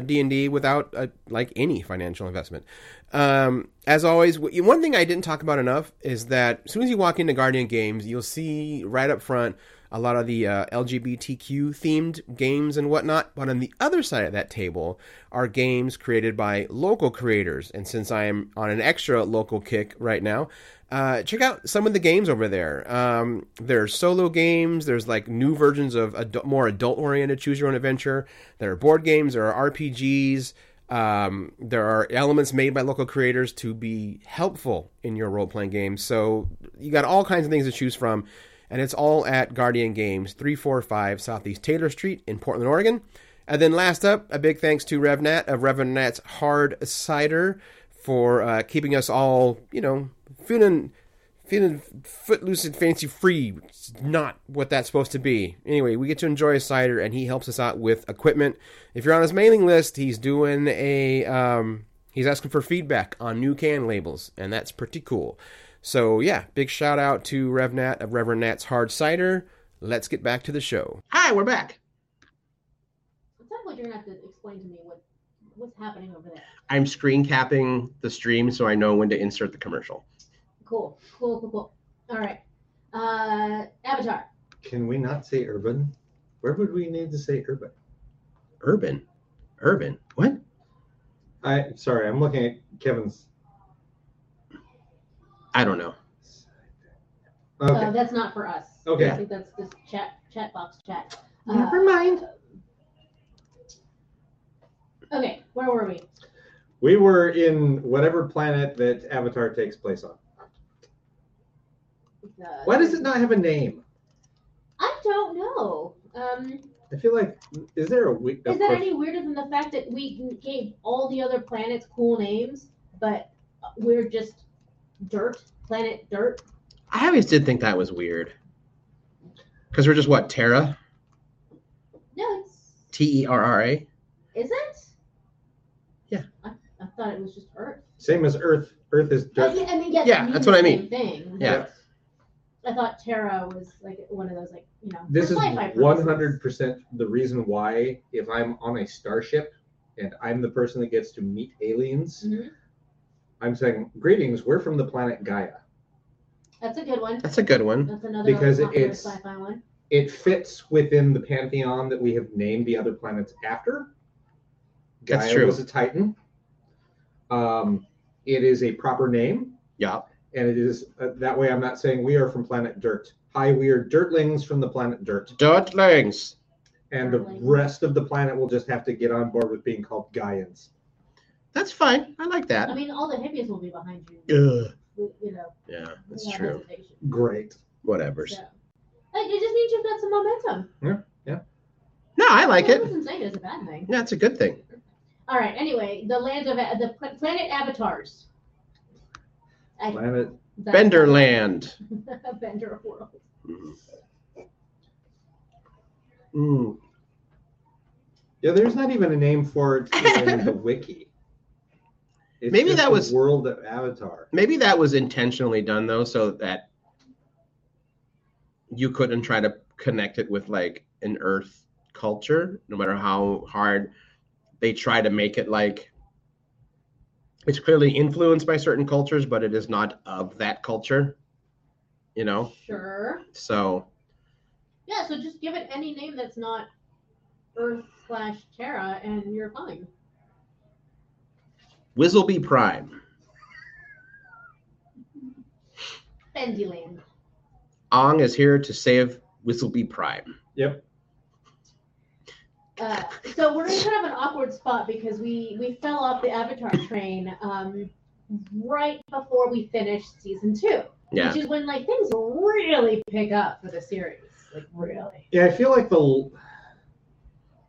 Speaker 1: D and D without uh, like any financial investment. Um, as always, w- one thing I didn't talk about enough is that as soon as you walk into Guardian Games, you'll see right up front a lot of the uh, LGBTQ themed games and whatnot. But on the other side of that table are games created by local creators. And since I am on an extra local kick right now, uh, check out some of the games over there. Um, there's solo games. There's like new versions of adu- more adult-oriented choose-your-own-adventure. There are board games. There are RPGs. Um, there are elements made by local creators to be helpful in your role-playing games. So you got all kinds of things to choose from, and it's all at Guardian Games, three four five Southeast Taylor Street in Portland, Oregon. And then last up, a big thanks to Revnat of Revnat's Hard Cider for uh, keeping us all, you know, feeling feeling footloose and fancy free. It's not what that's supposed to be. Anyway, we get to enjoy a cider, and he helps us out with equipment. If you're on his mailing list, he's doing a um, he's asking for feedback on new can labels, and that's pretty cool. So yeah, big shout out to Revnat of Reverend Nat's Hard Cider. Let's get back to the show.
Speaker 4: Hi, we're back.
Speaker 3: It sounds like you're gonna have to explain to me what what's happening over there.
Speaker 4: I'm screen capping the stream so I know when to insert the commercial.
Speaker 3: Cool, cool, cool, cool. All right, uh, Avatar.
Speaker 2: Can we not say urban? Where would we need to say urban?
Speaker 4: Urban, urban. What?
Speaker 2: I sorry, I'm looking at Kevin's.
Speaker 4: I don't know.
Speaker 2: Okay.
Speaker 3: Uh, that's not for us.
Speaker 2: Okay.
Speaker 3: I think that's just chat chat box chat. Uh,
Speaker 2: Never mind.
Speaker 3: Uh, Okay, where were we?
Speaker 2: We were in whatever planet that Avatar takes place on.
Speaker 3: the.
Speaker 2: Why does it not have a name?
Speaker 3: I don't know. Um,
Speaker 2: I feel like is there a week?
Speaker 3: is that any weirder than the fact that we gave all the other planets cool names, but we're just dirt planet dirt?
Speaker 4: I always did think that was weird. Because we're just what Terra,
Speaker 3: No, it's
Speaker 4: T E R R A.
Speaker 3: is it?
Speaker 4: Yeah.
Speaker 3: I, I thought it was just Earth.
Speaker 2: Same as Earth. Earth is
Speaker 3: I,
Speaker 2: dirt.
Speaker 3: mean- I mean, yeah,
Speaker 4: Yeah,
Speaker 3: it
Speaker 4: that's what I
Speaker 3: means the same Thing.
Speaker 4: Yeah.
Speaker 3: but I thought Terra was like one of those like you know.
Speaker 2: This
Speaker 3: for
Speaker 2: is
Speaker 3: sci-fi purposes.
Speaker 2: one hundred percent the reason why if I'm on a starship and I'm the person that gets to meet aliens,
Speaker 3: Mhm.
Speaker 2: I'm saying greetings. We're from the planet Gaia.
Speaker 3: That's a good one.
Speaker 4: That's a good one.
Speaker 3: That's another
Speaker 2: Because
Speaker 3: popular
Speaker 2: it's-
Speaker 3: sci-fi one.
Speaker 2: It fits within the pantheon that we have named the other planets after. Gaia
Speaker 4: That's true.
Speaker 2: was a Titan. Um, it is a proper name.
Speaker 4: Yeah.
Speaker 2: and it is uh, that way i'm not saying we are from planet dirt hi we are dirtlings from the planet dirt
Speaker 4: Dirtlings.
Speaker 2: and the
Speaker 3: Dirtlings.
Speaker 2: rest of the planet will just have to get on board with being called gaians
Speaker 4: That's fine. I like
Speaker 3: I
Speaker 4: that.
Speaker 3: mean, all the hippies will be behind you.
Speaker 4: Ugh.
Speaker 3: with, You know,
Speaker 4: Yeah, that's
Speaker 3: without
Speaker 4: true.
Speaker 3: hesitation.
Speaker 2: great
Speaker 4: Whatever.
Speaker 3: So, like, it just means you've got some momentum.
Speaker 4: No, I like
Speaker 3: I
Speaker 4: it.
Speaker 3: wasn't saying it's a bad thing.
Speaker 4: That's a good thing.
Speaker 3: All right. Anyway, the land of the pla- planet avatars. I-
Speaker 2: planet
Speaker 3: that's-
Speaker 4: Benderland.
Speaker 3: Bender world.
Speaker 4: Mm. Mm.
Speaker 2: hmm. yeah there's not even a name for it in the wiki It's
Speaker 4: Maybe
Speaker 2: just
Speaker 4: that
Speaker 2: the
Speaker 4: was-
Speaker 2: world of avatar
Speaker 4: Maybe that was intentionally done though, so that you couldn't try to connect it with like an Earth culture, no matter how hard they try to make it like it's clearly influenced by certain cultures, but it is not of that culture. You know?
Speaker 3: Sure.
Speaker 4: So
Speaker 3: Yeah. So just give it any name that's not Earth slash Terra, and you're fine.
Speaker 4: Wizzleby Prime.
Speaker 3: Bendyland.
Speaker 4: Ong is here to save Wizzleby Prime.
Speaker 2: yep
Speaker 3: Uh, so we're in kind of an awkward spot because we we fell off the Avatar train um, right before we finished season two,
Speaker 4: Yeah.
Speaker 3: which is when like things really pick up for the series, like really.
Speaker 2: yeah i feel like the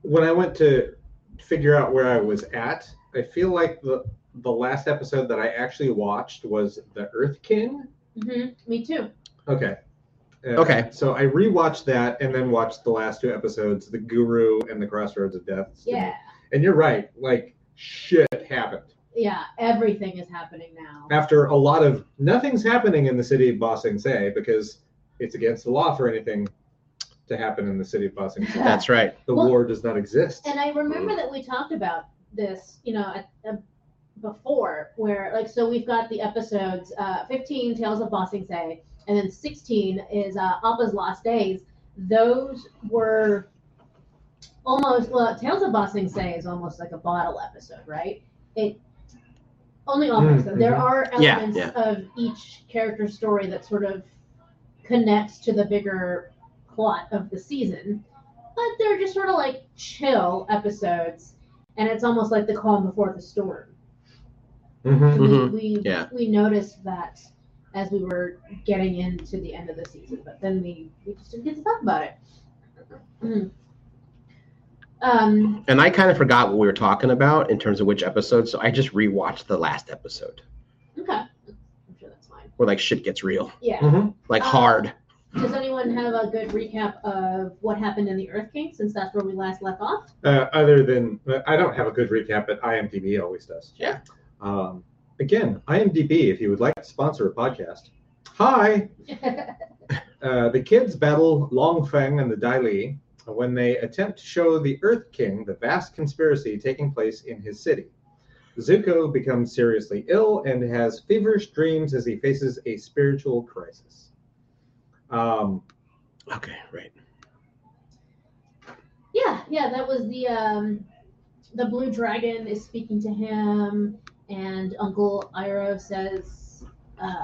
Speaker 2: when i went to figure out where i was at i feel like the the last episode that i actually watched was the earth king
Speaker 3: hmm Me too.
Speaker 2: Okay. Uh,
Speaker 4: Okay.
Speaker 2: So I rewatched that and then watched the last two episodes, The Guru and The Crossroads of Death.
Speaker 3: Yeah,
Speaker 2: And you're right. Like, shit happened.
Speaker 3: yeah. Everything is happening now.
Speaker 2: After a lot of nothing's happening in the city of Ba Sing Se because it's against the law for anything to happen in the city of Ba Sing Se.
Speaker 4: That's right.
Speaker 2: The
Speaker 3: Well-
Speaker 2: war does not exist.
Speaker 3: And I remember that we talked about this, you know, at, uh, before, where like so we've got the episodes uh, 15, Tales of Bossing Say, and then 16 is uh, Appa's Lost Days. Those were almost well, Tales of Bossing Say is almost like a bottle episode, right? It only almost.
Speaker 2: Mm,
Speaker 3: There
Speaker 2: mhm.
Speaker 3: are
Speaker 4: Yeah,
Speaker 3: elements
Speaker 4: yeah.
Speaker 3: of each character story that sort of connects to the bigger plot of the season, but they're just sort of like chill episodes, and it's almost like the calm before the storm.
Speaker 2: Mhm.
Speaker 4: Mhm.
Speaker 3: We we,
Speaker 4: Yeah.
Speaker 3: we noticed that as we were getting into the end of the season, but then we, we just didn't get to talk about it. Mm. Um,
Speaker 4: And I kind of forgot what we were talking about in terms of which episode, so I just rewatched the last episode
Speaker 3: okay. I'm sure that's fine.
Speaker 4: where like shit gets real,
Speaker 3: Yeah.
Speaker 2: Mhm.
Speaker 4: like
Speaker 3: Uh,
Speaker 4: hard.
Speaker 3: Does anyone have a good recap of what happened in the Earth King since that's where we last left off?
Speaker 2: Uh, other than, I don't have a good recap, but IMDb always does.
Speaker 4: Yeah.
Speaker 2: Um, again, IMDb, if you would like to sponsor a podcast, hi, Uh, the kids battle Longfeng and the Dai Li when they attempt to show the Earth King the vast conspiracy taking place in his city. Zuko becomes seriously ill and has feverish dreams as he faces a spiritual crisis. Um,
Speaker 4: Okay, right.
Speaker 3: Yeah, yeah, that was the um, the blue dragon is speaking to him, and Uncle Iroh says, uh,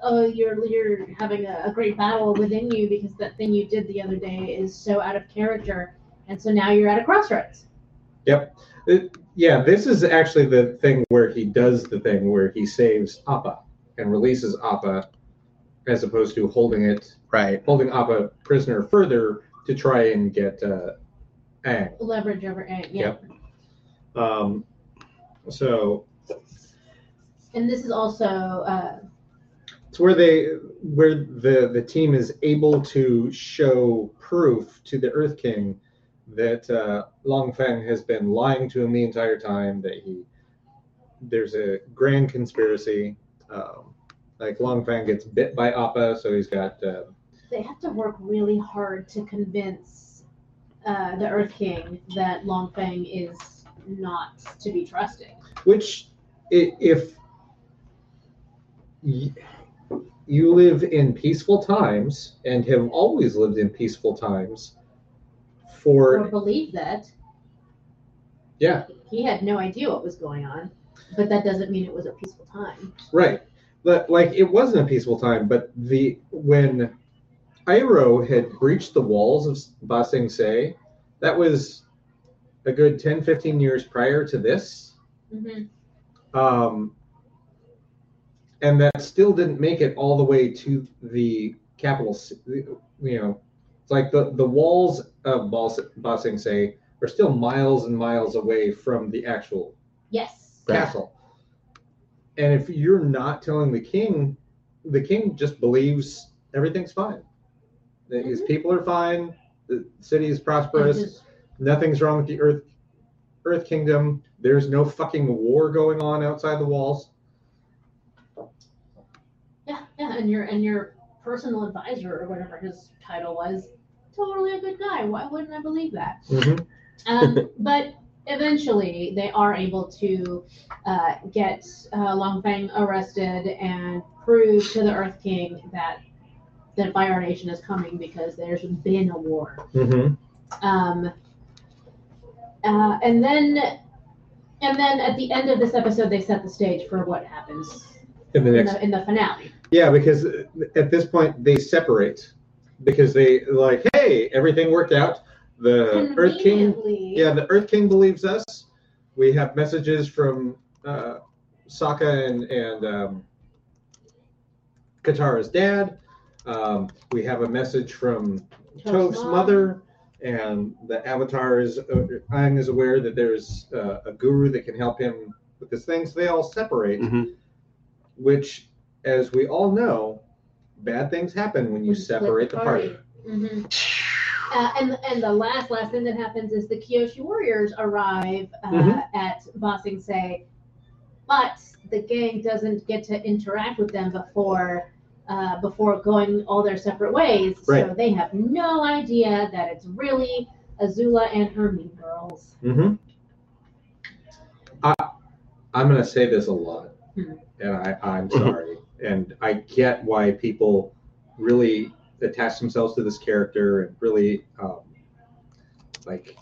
Speaker 3: "Oh, you're you're having a, a great battle within you because that thing you did the other day is so out of character, and so now you're at a crossroads."
Speaker 2: yeah, this is actually the thing where he does the thing where he saves Appa and releases Appa as opposed to holding it,
Speaker 4: Right.
Speaker 2: holding Appa prisoner further to try and get uh, Aang.
Speaker 3: Leverage over Aang. Yeah.
Speaker 2: Yep. Um, so
Speaker 3: And this is also uh,
Speaker 2: it's where they where the the team is able to show proof to the Earth King that uh, Long Feng has been lying to him the entire time. That he there's a grand conspiracy. Um, like Long Feng gets bit by Appa, so he's got uh,
Speaker 3: they have to work really hard to convince uh, the Earth King that Long Fang is not to be trusted.
Speaker 2: which i- if y- you live in peaceful times and have always lived in peaceful times
Speaker 3: Or
Speaker 2: for
Speaker 3: believe that
Speaker 2: yeah
Speaker 3: he had no idea what was going on, but that doesn't mean it was a peaceful time.
Speaker 2: right but like it wasn't a peaceful time but the when Iroh had breached the walls of Ba Sing Se that was a good 10 15 years prior to this
Speaker 3: Mm-hmm.
Speaker 2: um, and that still didn't make it all the way to the capital. ci- You know, it's like the the walls of Bas- Ba Sing Se are still miles and miles away from the actual
Speaker 3: Yes.
Speaker 4: Right.
Speaker 2: castle. And if you're not telling the king, the king just believes everything's fine. That His
Speaker 3: Mhm.
Speaker 2: people are fine. The city is
Speaker 3: And
Speaker 2: prosperous
Speaker 3: just-
Speaker 2: nothing's wrong with the earth earth kingdom there's no fucking war going on outside the walls
Speaker 3: yeah, yeah, and your and your personal advisor or whatever his title was, totally a good guy. Why wouldn't I believe that?
Speaker 2: Mm-hmm,
Speaker 3: Um, but eventually, they are able to uh, get uh, Long Fang arrested and prove to the Earth King that that Fire Nation is coming because there's been a war.
Speaker 2: mm-hmm.
Speaker 3: Um, uh, and then, and then at the end of this episode, they set the stage for what happens
Speaker 2: in the
Speaker 3: in
Speaker 2: next
Speaker 3: the, in the finale.
Speaker 2: yeah because uh, at this point they separate because they like hey everything worked out the Uh, earth king
Speaker 3: Conveniently,
Speaker 2: yeah the earth king believes us we have messages from uh Sokka and and um katara's dad um we have a message from
Speaker 3: Top's
Speaker 2: Tove's
Speaker 3: mom-
Speaker 2: mother, and the Avatar is uh, Aang is aware that there's uh, a guru that can help him with this thing. So they all separate,
Speaker 1: Mhm.
Speaker 2: which, as we all know, bad things happen when you
Speaker 3: with- with
Speaker 2: separate the party.
Speaker 3: Mhm. Uh, and and the last last thing that happens is the Kyoshi warriors arrive uh,
Speaker 2: Mhm.
Speaker 3: at Ba Sing Se, but the gang doesn't get to interact with them before uh, before going all their separate ways. So
Speaker 2: Right.
Speaker 3: they have no idea that it's really Azula and her mean girls.
Speaker 2: Mm-hmm. I, I'm going to say this a lot,
Speaker 3: Hmm.
Speaker 2: and I, I'm sorry. and I get why people really attach themselves to this character and really, um, like,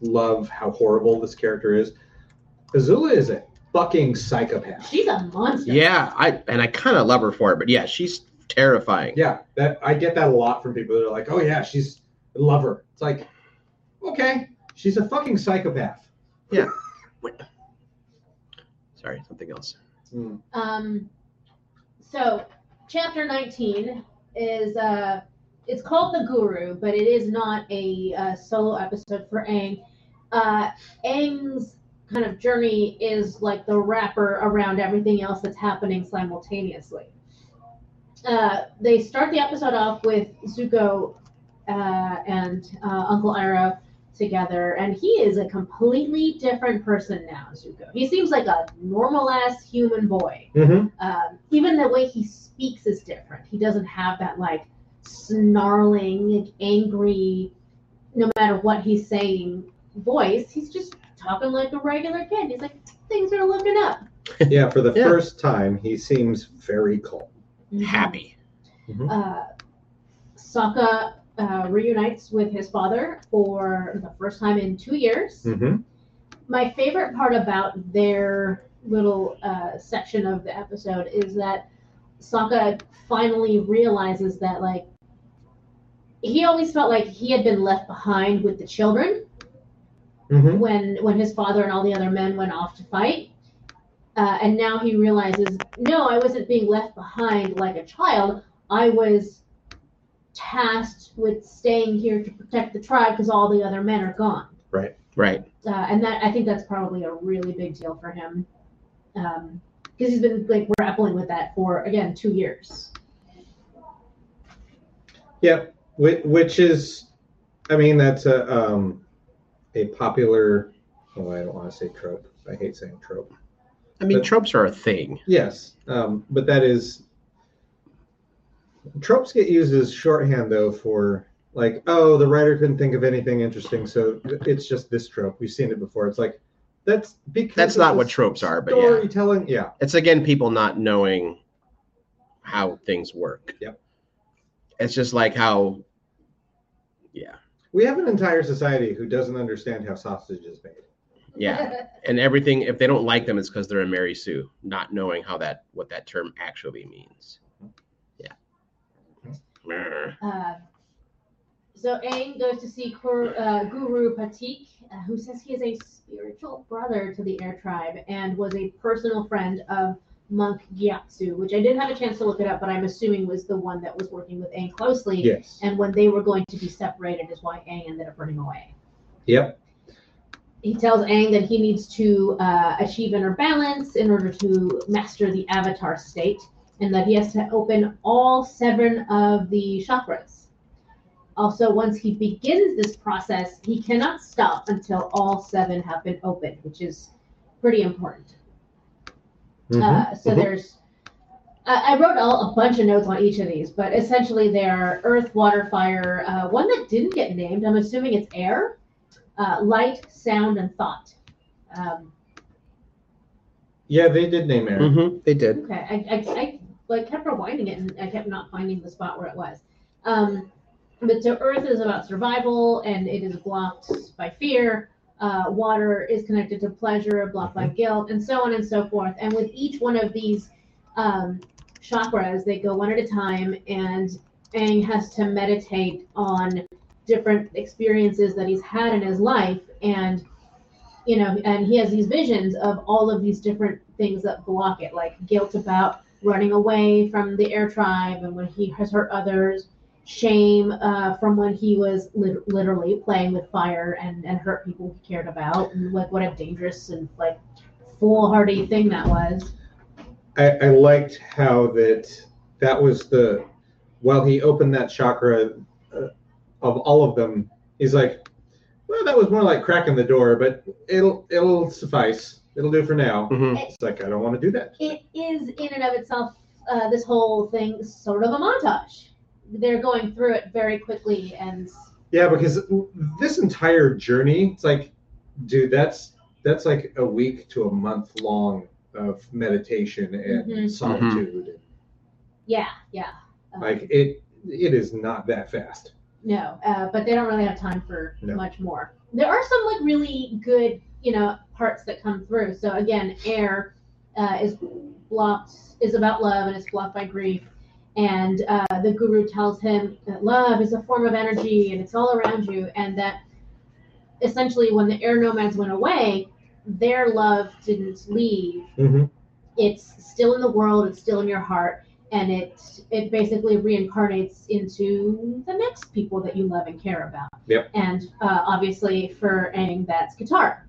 Speaker 2: love how horrible this character is. Azula is a fucking psychopath.
Speaker 3: She's a monster.
Speaker 4: Yeah. I and I kind of love her for it, but yeah, she's terrifying.
Speaker 2: Yeah, that I get that a lot from people that are like, "Oh yeah, she's I love her." It's like, okay, she's a fucking psychopath.
Speaker 4: Sorry, something else.
Speaker 2: Hmm.
Speaker 3: Um, so, chapter 19 is uh, it's called the Guru, but it is not a uh, solo episode for Aang. Uh, Aang's kind of journey is like the wrapper around everything else that's happening simultaneously. Uh, they start the episode off with Zuko uh, and uh, Uncle Iroh together, and he is a completely different person now. Zuko, he seems like a normal ass human boy
Speaker 2: Mm-hmm.
Speaker 3: um, even the way he speaks is different. He doesn't have that like snarling, like, angry, no matter what he's saying voice. He's just talking like a regular kid. He's like, things are looking up.
Speaker 2: yeah, for the
Speaker 4: Yeah.
Speaker 2: first time, he seems very calm.
Speaker 1: Mm-hmm.
Speaker 4: Mm-hmm. Happy.
Speaker 3: Uh, Sokka uh, reunites with his father for the first time in two years.
Speaker 2: Mm-hmm.
Speaker 3: my favorite part about their little uh, section of the episode is that Sokka finally realizes that like he always felt like he had been left behind with the children
Speaker 2: Mm-hmm.
Speaker 3: when when his father and all the other men went off to fight Uh, and now he realizes, no, I wasn't being left behind like a child. I was tasked with staying here to protect the tribe because all the other men are gone.
Speaker 4: Right.
Speaker 3: Uh, and that I think that's probably a really big deal for him, because he's been like grappling with that for again two years.
Speaker 2: Yep. Which, which is, I mean, that's a um, a popular. Oh, I don't want to say trope. I hate saying trope.
Speaker 4: I mean,
Speaker 2: But-
Speaker 4: tropes are a thing.
Speaker 2: Yes, um, but that is tropes get used as shorthand though for like, oh, the writer couldn't think of anything interesting, so it's just this trope. We've seen it before. It's like that's because
Speaker 4: That's
Speaker 2: of
Speaker 4: not
Speaker 2: the
Speaker 4: what tropes are, but yeah.
Speaker 2: storytelling. Yeah,
Speaker 4: It's again people not knowing how things work.
Speaker 2: Yep.
Speaker 4: It's just like how, yeah,
Speaker 2: we have an entire society who doesn't understand how sausage is made.
Speaker 4: yeah, and everything. If they don't like them, it's because they're a Mary Sue, not knowing how that what that term actually means. Yeah. Brr.
Speaker 3: Uh, so Aang goes to see Kur, uh, Guru Patik, uh, who says he is a spiritual brother to the Air Tribe and was a personal friend of Monk Gyatso, which I didn't have a chance to look it up, but I'm assuming was the one that was working with Aang closely.
Speaker 2: Yes.
Speaker 3: And when they were going to be separated is why Aang ended up running away.
Speaker 2: Yep.
Speaker 3: He tells Aang that he needs to uh, achieve inner balance in order to master the avatar state, and that he has to open all seven of the chakras. Also, once he begins this process, he cannot stop until all seven have been opened, which is pretty important. Uh, so
Speaker 2: Mhm.
Speaker 3: there's, I I wrote all, a bunch of notes on each of these, but essentially they are earth, water, fire. Uh, one that didn't get named, I'm assuming it's air, uh, light, sound, and thought. Um,
Speaker 2: Yeah, they did name Aaron.
Speaker 4: Mhm, They did.
Speaker 3: okay, I, I, I like kept rewinding it and I kept not finding the spot where it was. Um, but so earth is about survival and it is blocked by fear. Uh, water is connected to pleasure, blocked by guilt, and so on and so forth. And with each one of these um, chakras, they go one at a time, and Aang has to meditate on different experiences that he's had in his life, and you know, and he has these visions of all of these different things that block it, like guilt about running away from the air tribe, and when he has hurt others, shame uh, from when he was lit- literally playing with fire and and hurt people he cared about, and like what a dangerous and like foolhardy thing that was. Mm-hmm.
Speaker 2: I, I liked how that that was the while he opened that chakra uh, of all of them he's like well that was more like cracking the door but it'll it'll suffice it'll do for now
Speaker 3: Mm-hmm.
Speaker 4: Mhm.
Speaker 2: it's like i don't want to do that
Speaker 3: it is in and of itself uh, this whole thing sort of a montage they're going through it very quickly and
Speaker 2: yeah because this entire journey it's like dude that's that's like a week to a month long of meditation and
Speaker 3: Mhm.
Speaker 2: solitude
Speaker 3: yeah yeah um,
Speaker 2: like it it is not that fast
Speaker 3: no uh, but they don't really have time for
Speaker 2: No.
Speaker 3: much more there are some like really good you know parts that come through so again air uh, is blocked is about love and it's blocked by grief and uh, the guru tells him that love is a form of energy and it's all around you and that essentially when the air nomads went away their love didn't leave
Speaker 2: Mhm.
Speaker 3: it's still in the world it's still in your heart and it it basically reincarnates into the next people that you love and care about
Speaker 2: Yep.
Speaker 3: and uh, obviously for Aang, that's Qatar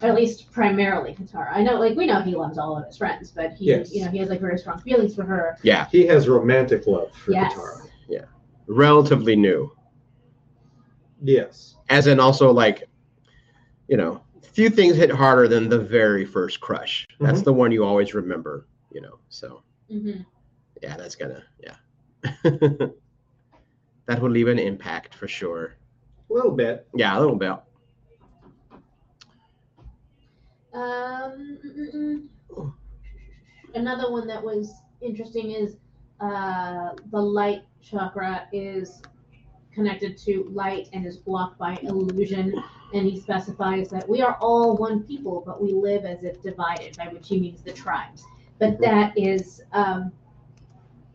Speaker 3: or at least primarily Qatar I know like we know he loves all of his friends but he
Speaker 2: Yes.
Speaker 3: you know he has like very strong feelings for her
Speaker 4: Yeah,
Speaker 2: he has romantic love for
Speaker 3: yes
Speaker 2: Katara.
Speaker 4: relatively new,
Speaker 2: yes
Speaker 4: as in also like, you know, few things hit harder than the very first crush. That's the one you always remember. You know, so.
Speaker 3: hmm
Speaker 4: yeah, that's gonna yeah. that will leave an impact for sure.
Speaker 2: a little bit
Speaker 4: Yeah, a little bit.
Speaker 3: Um, mm, mm, mm. another one that was interesting is uh, the light chakra is connected to light and is blocked by illusion. And he specifies that we are all one people, but we live as if divided, by which he means the tribes. But that is um,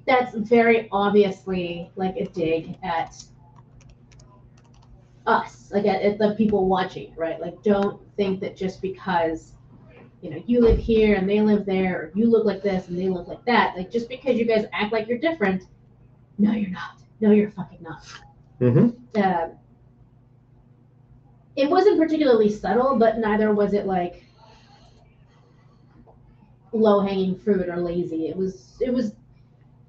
Speaker 3: that's very obviously like a dig at us, like at, at the people watching, right? Like, don't think that just because you know, you live here and they live there, or you look like this and they look like that. Like just because you guys act like you're different, no, you're not. No, you're fucking not.
Speaker 2: hmm
Speaker 3: Uh, it wasn't particularly subtle, but neither was it like low hanging fruit or lazy. It was it was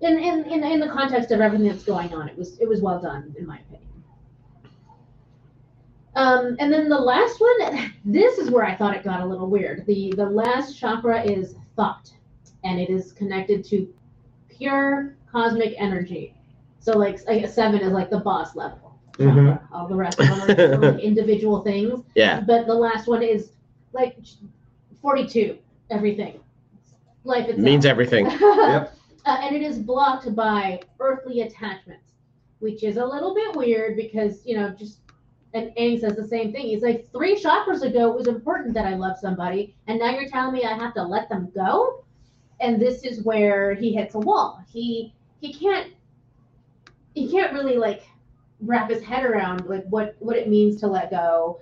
Speaker 3: in, in in in the context of everything that's going on. It was it was well done in my opinion. Um, and then the last one, this is where I thought it got a little weird. The the last chakra is thought, and it is connected to pure cosmic energy. So like I- seven is like the boss level. chakra.
Speaker 2: Mhm.
Speaker 3: All the rest of them are just like individual things.
Speaker 1: Yeah.
Speaker 3: But the last one is like 42. Everything. Life itself.
Speaker 1: Means everything.
Speaker 3: yep. Uh, and it is blocked by earthly attachments, which is a little bit weird because, you know, just, and Aang says the same thing. He's like, three chakras ago, it was important that I love somebody, and now you're telling me I have to let them go? And this is where he hits a wall. He he can't he can't really like wrap his head around like what what it means to let go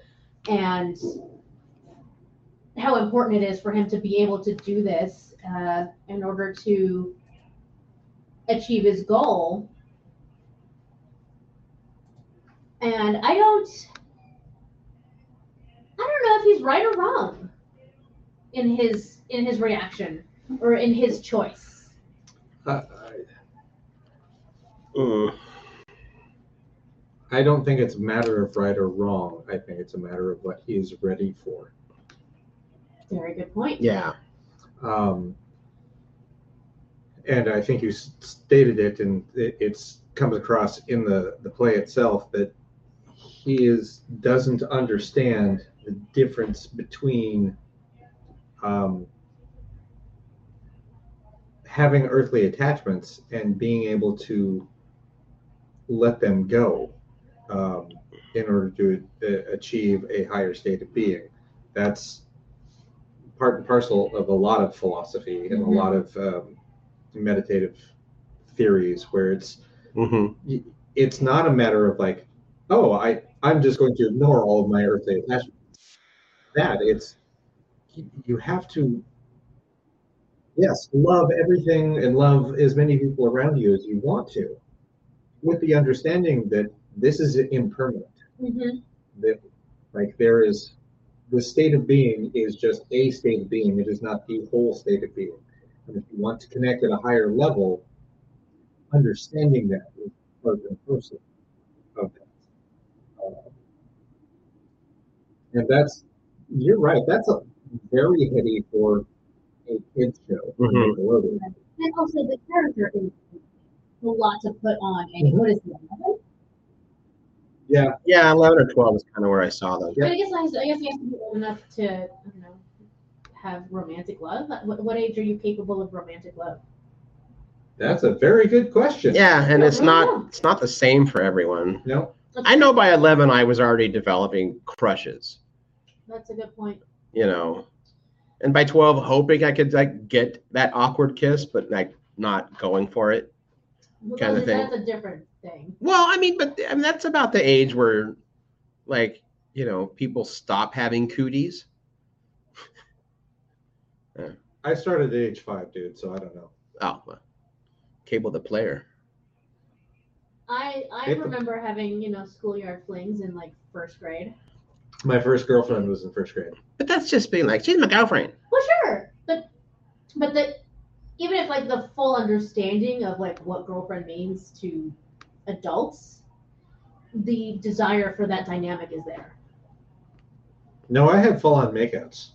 Speaker 3: and how important it is for him to be able to do this uh, in order to achieve his goal. And I don't, I don't know if he's right or wrong in his in his reaction or in his choice.
Speaker 2: Uh, I- I don't think it's a matter of right or wrong. I think it's a matter of what he's ready for.
Speaker 3: Very good point.
Speaker 1: Yeah.
Speaker 2: Um, and I think you s- stated it, and it it's, comes across in the, the play itself that he is doesn't understand the difference between um, having earthly attachments and being able to let them go um, in order to uh, achieve a higher state of being. That's part and parcel of a lot of philosophy and
Speaker 3: Mhm.
Speaker 2: a lot of um, meditative theories where it's
Speaker 5: Mm-hmm.
Speaker 2: it's not a matter of like oh i i'm just going to ignore all of my earthly attachments that it's you have to yes love everything and love as many people around you as you want to with the understanding that this is impermanent
Speaker 3: hmm
Speaker 2: that like there is the state of being is just a state of being it is not the whole state of being and if you want to connect at a higher level understanding that is part and parcel of that Uh, and that's you're right that's a very heady for a kids show
Speaker 1: Mhm.
Speaker 2: Nickelodeon.
Speaker 3: And also the character is a lot to put on. And
Speaker 1: Mm-hmm.
Speaker 2: Mhm.
Speaker 3: what is it?
Speaker 2: yeah
Speaker 1: Yeah. 11 or 12 is kind of where I saw those.
Speaker 2: Yep.
Speaker 3: But I guess I, I guess you have to be old enough to I don't know have romantic love. What, what age are you capable of romantic love?
Speaker 2: that's a very good question
Speaker 1: Yeah. And it's not, it's not the same for everyone.
Speaker 2: no
Speaker 1: I know by 11, I was already developing crushes,
Speaker 3: That's a good point.
Speaker 1: you know, and by 12, hoping I could like get that awkward kiss, but like not going for it.
Speaker 3: Well,
Speaker 1: Kinda
Speaker 3: that's,
Speaker 1: thing.
Speaker 3: that's a different thing.
Speaker 1: Well, I mean, but I mean, that's about the age where, like, you know, people stop having cooties.
Speaker 2: i started at age five dude so i don't know
Speaker 1: Oh, well, cable the player.
Speaker 3: I I
Speaker 2: Paper.
Speaker 3: remember having you know schoolyard flings in like first grade.
Speaker 2: my first girlfriend was in first grade
Speaker 1: But that's just being like, she's my girlfriend.
Speaker 3: Well, sure, but but the even if like the full understanding of like what girlfriend means to adults, the desire for that dynamic is there.
Speaker 2: no i had full-on makeouts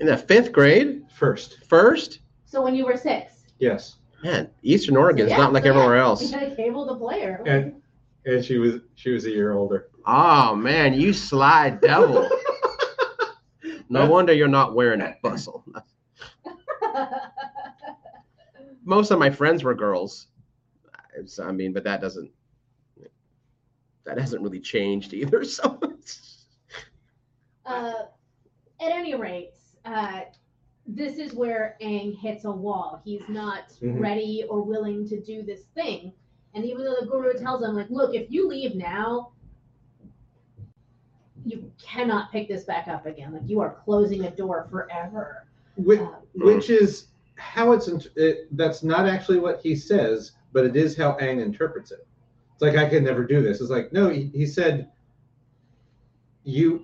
Speaker 1: In the fifth grade,
Speaker 2: First,
Speaker 1: first,
Speaker 3: So when you were six,
Speaker 2: yes.
Speaker 1: man, Eastern Oregon's
Speaker 3: Yeah,
Speaker 1: not like
Speaker 3: yeah.
Speaker 1: everywhere
Speaker 3: you
Speaker 1: else.
Speaker 3: had to cable the player.
Speaker 2: And and she was she was a year older.
Speaker 1: Oh man, you sly devil. no wonder you're not wearing a bustle. Most of my friends were girls. It's- I mean, but that doesn't that hasn't really changed either. So
Speaker 3: uh, at any rate, uh, this is where Aang hits a wall. He's not
Speaker 2: Mhm.
Speaker 3: ready or willing to do this thing. And even though the guru tells him, like, look, if you leave now, you cannot pick this back up again. Like you are closing a door forever.
Speaker 2: Which,
Speaker 3: Um,
Speaker 2: which is how it's int- it, that's not actually what he says, but it is how Aang interprets it. It's like I can never do this. It's like no, he, he said you.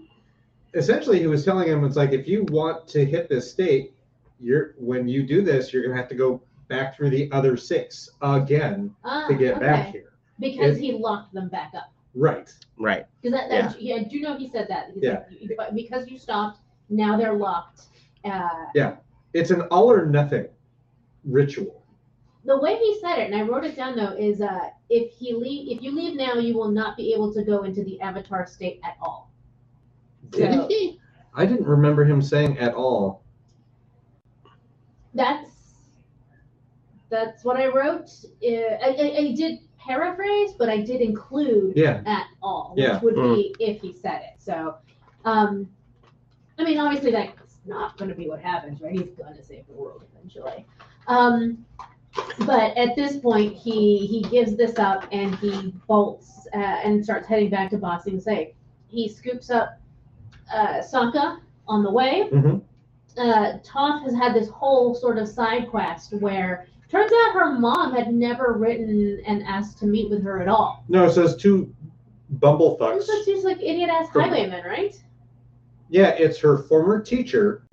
Speaker 2: Essentially, he was telling him it's like if you want to hit this state, you're when you do this, you're gonna have to go back through the other six again
Speaker 3: ah,
Speaker 2: to get back
Speaker 3: okay.
Speaker 2: here.
Speaker 3: because he locked them back up.
Speaker 2: Right.
Speaker 4: Right.
Speaker 3: Because that, that yeah. I do know he said that. He's
Speaker 2: Yeah.
Speaker 3: like, but because you stopped, now they're locked. Uh,
Speaker 2: It's an all or nothing ritual.
Speaker 3: the way he said it, and I wrote it down though, is uh, if he leave, if you leave now, you will not be able to go into the avatar state at all.
Speaker 2: Did
Speaker 3: So-
Speaker 2: he? I didn't remember him saying at all.
Speaker 3: That's that's what I wrote. Uh, I, I, I did paraphrase, but I did include
Speaker 2: Yeah.
Speaker 3: at all,
Speaker 2: Yeah.
Speaker 3: which would be if he said it. So, um, I mean, obviously that's not going to be what happens, right? He's going to save the world eventually. Um, but at this point, he he gives this up and he bolts uh, and starts heading back to Ba Sing Se. He scoops up uh, Sokka on the way.
Speaker 2: Mhm.
Speaker 3: Uh, Toph has had this whole sort of side quest where turns out her mom had never written and asked to meet with her at all.
Speaker 2: No, it says two bumblefucks.
Speaker 3: So she's like idiot ass
Speaker 2: Correct.
Speaker 3: highwayman, right?
Speaker 2: Yeah, it's her former teacher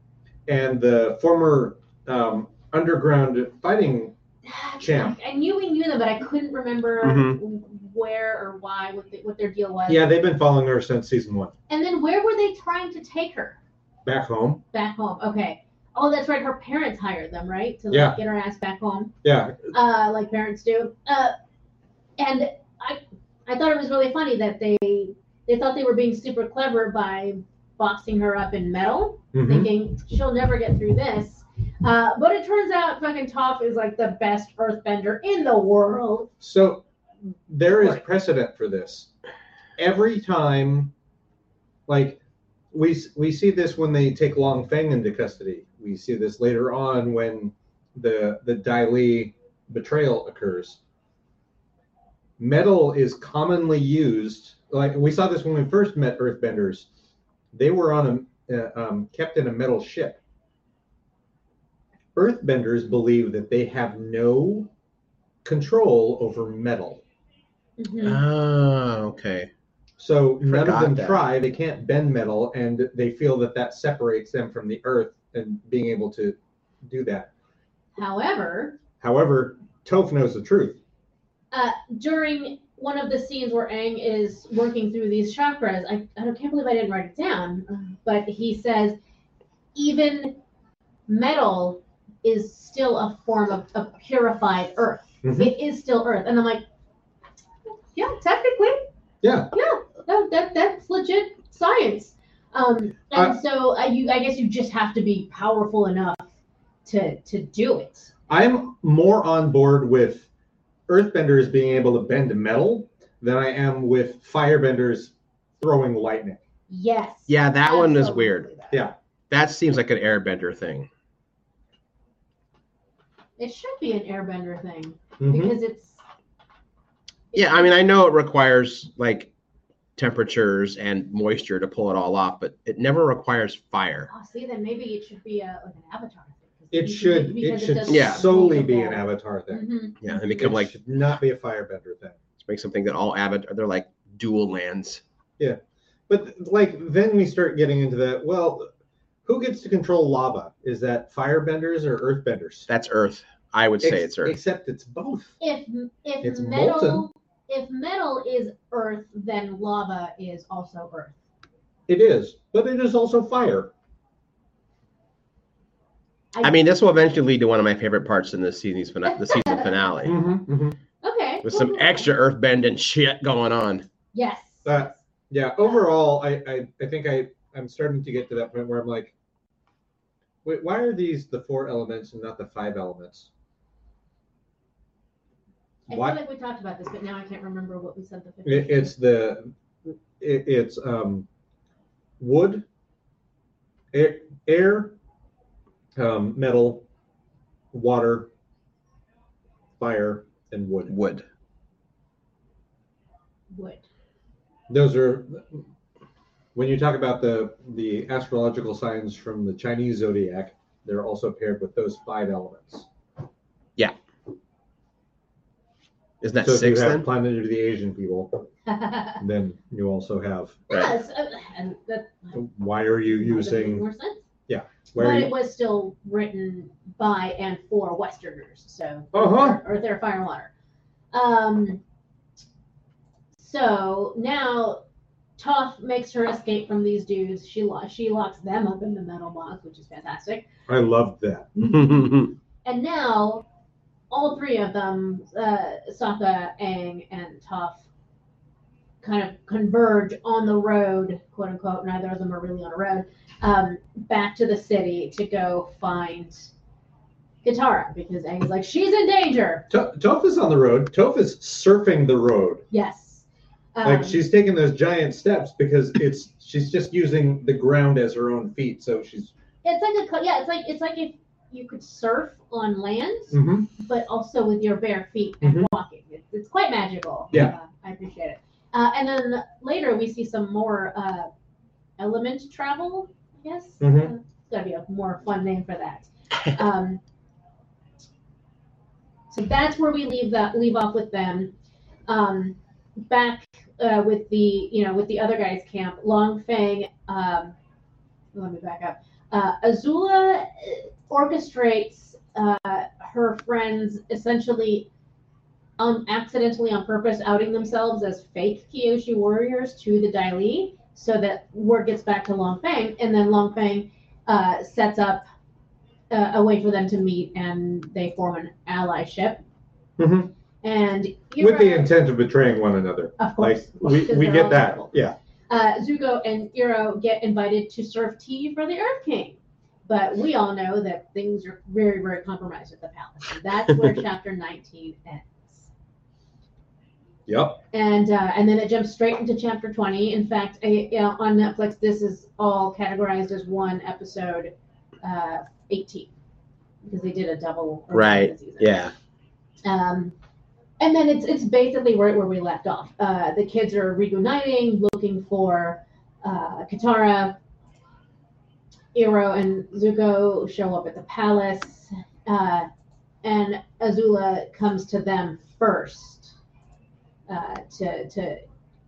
Speaker 2: and the former um, underground fighting. Champ. Mm-hmm.
Speaker 3: I knew we knew them, but I couldn't remember
Speaker 4: Mhm.
Speaker 3: where or why what, the, what their deal was.
Speaker 2: Yeah, they've been following her since season one.
Speaker 3: And then where were they trying to take her
Speaker 2: Back home.
Speaker 3: back home? Okay. Oh, that's right. Her parents hired them, right, to like,
Speaker 2: Yeah.
Speaker 3: get her ass back home,
Speaker 2: Yeah,
Speaker 3: uh, like parents do. Uh, and I, I thought it was really funny that they they thought they were being super clever by boxing her up in metal.
Speaker 2: mhm.
Speaker 3: thinking she'll never get through this. Uh, but it turns out fucking Toph is like the best earthbender in the world.
Speaker 2: So there is
Speaker 3: Right.
Speaker 2: precedent for this. Every time, like we s- we see this when they take Long Feng into custody. We see this later on when the the Dai Li betrayal occurs. Metal is commonly used. Like we saw this when we first met Earthbenders. They were on a uh, um, kept in a metal ship. Earthbenders believe that they have no control over metal.
Speaker 1: Mm-hmm.
Speaker 4: Ah, okay.
Speaker 2: So none
Speaker 4: Forgot
Speaker 2: of them
Speaker 4: that.
Speaker 2: try. They can't bend metal, and they feel that that separates them from the earth and being able to do that.
Speaker 3: However,
Speaker 2: However, Toph knows the truth.
Speaker 3: uh, during one of the scenes where Aang is working through these chakras, I, I don't- can't believe I didn't write it down, but he says even metal is still a form of, of purified earth.
Speaker 4: Mm-hmm.
Speaker 2: Mhm.
Speaker 3: It is still earth. And I'm like, yeah, technically,
Speaker 2: Yeah,
Speaker 3: No, that that's legit science. Um, and
Speaker 4: Uh,
Speaker 2: I-
Speaker 3: so I, you, I guess you just have to be powerful enough to to do it.
Speaker 2: I'm more on board with earthbenders being able to bend metal than I am with firebenders throwing lightning.
Speaker 3: Yes.
Speaker 4: Yeah, that one is
Speaker 3: absolutely
Speaker 4: weird.
Speaker 3: that.
Speaker 2: Yeah.
Speaker 4: That seems like an airbender thing.
Speaker 3: It should be an airbender thing
Speaker 4: Mm-hmm.
Speaker 2: Mhm.
Speaker 3: because it's.
Speaker 4: Yeah, I mean, I know it requires like temperatures and moisture to pull it all off, but it never requires fire.
Speaker 3: Oh, see, then maybe it should be a, like an avatar. thing.
Speaker 2: It
Speaker 3: Because
Speaker 2: should it
Speaker 3: because
Speaker 2: should
Speaker 3: doesn't
Speaker 4: Yeah.
Speaker 2: solely be an
Speaker 3: move.
Speaker 2: avatar thing.
Speaker 3: Mhm.
Speaker 4: Yeah, and become
Speaker 2: it
Speaker 4: like
Speaker 2: should not be a firebender thing.
Speaker 4: make something that all avid they're like dual lands.
Speaker 2: But like then we start getting into the well, who gets to control lava? Is that firebenders or earthbenders?
Speaker 4: That's Earth. I would say
Speaker 2: Ex-
Speaker 4: it's Earth.
Speaker 2: Except it's both.
Speaker 3: If if
Speaker 2: It's
Speaker 3: metal
Speaker 2: molten.
Speaker 3: if metal is earth, then lava is also earth.
Speaker 2: It is, but it is also fire.
Speaker 4: I mean, this will eventually lead to one of my favorite parts in this season's fina- the season finale
Speaker 2: Mm-hmm,
Speaker 3: Okay.
Speaker 4: with some
Speaker 3: cool.
Speaker 4: extra earth bending shit going on.
Speaker 3: Yes.
Speaker 2: That- Yeah. Overall, I, I I think I I'm starting to get to that point where I'm like, wait, why are these the four elements and not the five elements?
Speaker 3: I
Speaker 2: Why-
Speaker 3: feel like we talked about this, but now I can't remember what we said the fifth.
Speaker 2: It, it's the it, it's um wood, air, air um, metal, water, fire, and wood.
Speaker 4: Wood.
Speaker 3: wood.
Speaker 2: Those are when you talk about the the astrological signs from the Chinese zodiac, they're also paired with those five elements.
Speaker 4: Isn't that
Speaker 2: so if
Speaker 4: six
Speaker 2: you have
Speaker 4: then?
Speaker 2: planet of the Asian people,
Speaker 3: yes,
Speaker 2: then you also have.
Speaker 3: uh, and that
Speaker 2: Why are you
Speaker 3: that makes
Speaker 2: using?
Speaker 3: more sense.
Speaker 2: Why are
Speaker 3: but
Speaker 2: you,
Speaker 3: it was still written by and for Westerners, so
Speaker 2: Uh-huh.
Speaker 3: Earth, Air, Fire, and Water. Um, so now Toph makes her escape from these dudes. She lo- she locks them up in the metal box, which is fantastic.
Speaker 2: I loved that.
Speaker 3: And now all three of them, uh, Sokka, Aang, and Toph, kind of converge on the road, quote unquote. Neither of them are really on a road. Um, back to the city to go find Katara because Aang's like she's in danger.
Speaker 2: To- Toph is on the road. Toph is surfing the road.
Speaker 3: Yes.
Speaker 2: Like
Speaker 3: Um,
Speaker 2: she's taking those giant steps because it's she's just using the ground as her own feet. So she's
Speaker 3: It's like a co- yeah. It's like it's like if you could surf on land,
Speaker 2: Mhm.
Speaker 3: but also with your bare feet and
Speaker 2: Mhm.
Speaker 3: walking. It's, it's quite magical. Uh,
Speaker 2: Yeah.
Speaker 3: I appreciate it. Uh, and then later we see some more uh, element travel. I guess
Speaker 2: Mhm.
Speaker 3: Uh, it's gotta be a more fun name for that. um, so that's where we leave that leave off with them. Um, back uh, with the you know with the other guys camp. Long Fang. Um, let me back up. Uh, Azula uh, orchestrates uh, her friends essentially um, accidentally on purpose outing themselves as fake Kyoshi warriors to the Dai Li so that word gets back to Long Fang, and then Long Fang uh, sets up uh, a way for them to meet and they form an allyship.
Speaker 2: Mhm.
Speaker 3: And
Speaker 2: with the
Speaker 3: Ira-
Speaker 2: intent of betraying one another.
Speaker 3: of course,
Speaker 2: Like we,
Speaker 3: because
Speaker 2: we
Speaker 3: they're all
Speaker 2: get that.
Speaker 3: evil.
Speaker 2: Yeah.
Speaker 3: uh, Zuko and Iro get invited to serve tea for the Earth King. But we all know that things are very, very compromised at the palace. And that's where chapter 19 ends.
Speaker 2: Yep.
Speaker 3: And uh, and then it jumps straight into chapter 20. In fact, I, you know, on Netflix, this is all categorized as one episode uh, 18 because they did a double. earlier
Speaker 4: Right,
Speaker 3: in the season.
Speaker 4: yeah.
Speaker 3: Um, and then it's it's basically right where we left off. Uh, the kids are reuniting, looking for uh, Katara. Iro and Zuko show up at the palace, uh, and Azula comes to them first uh, to to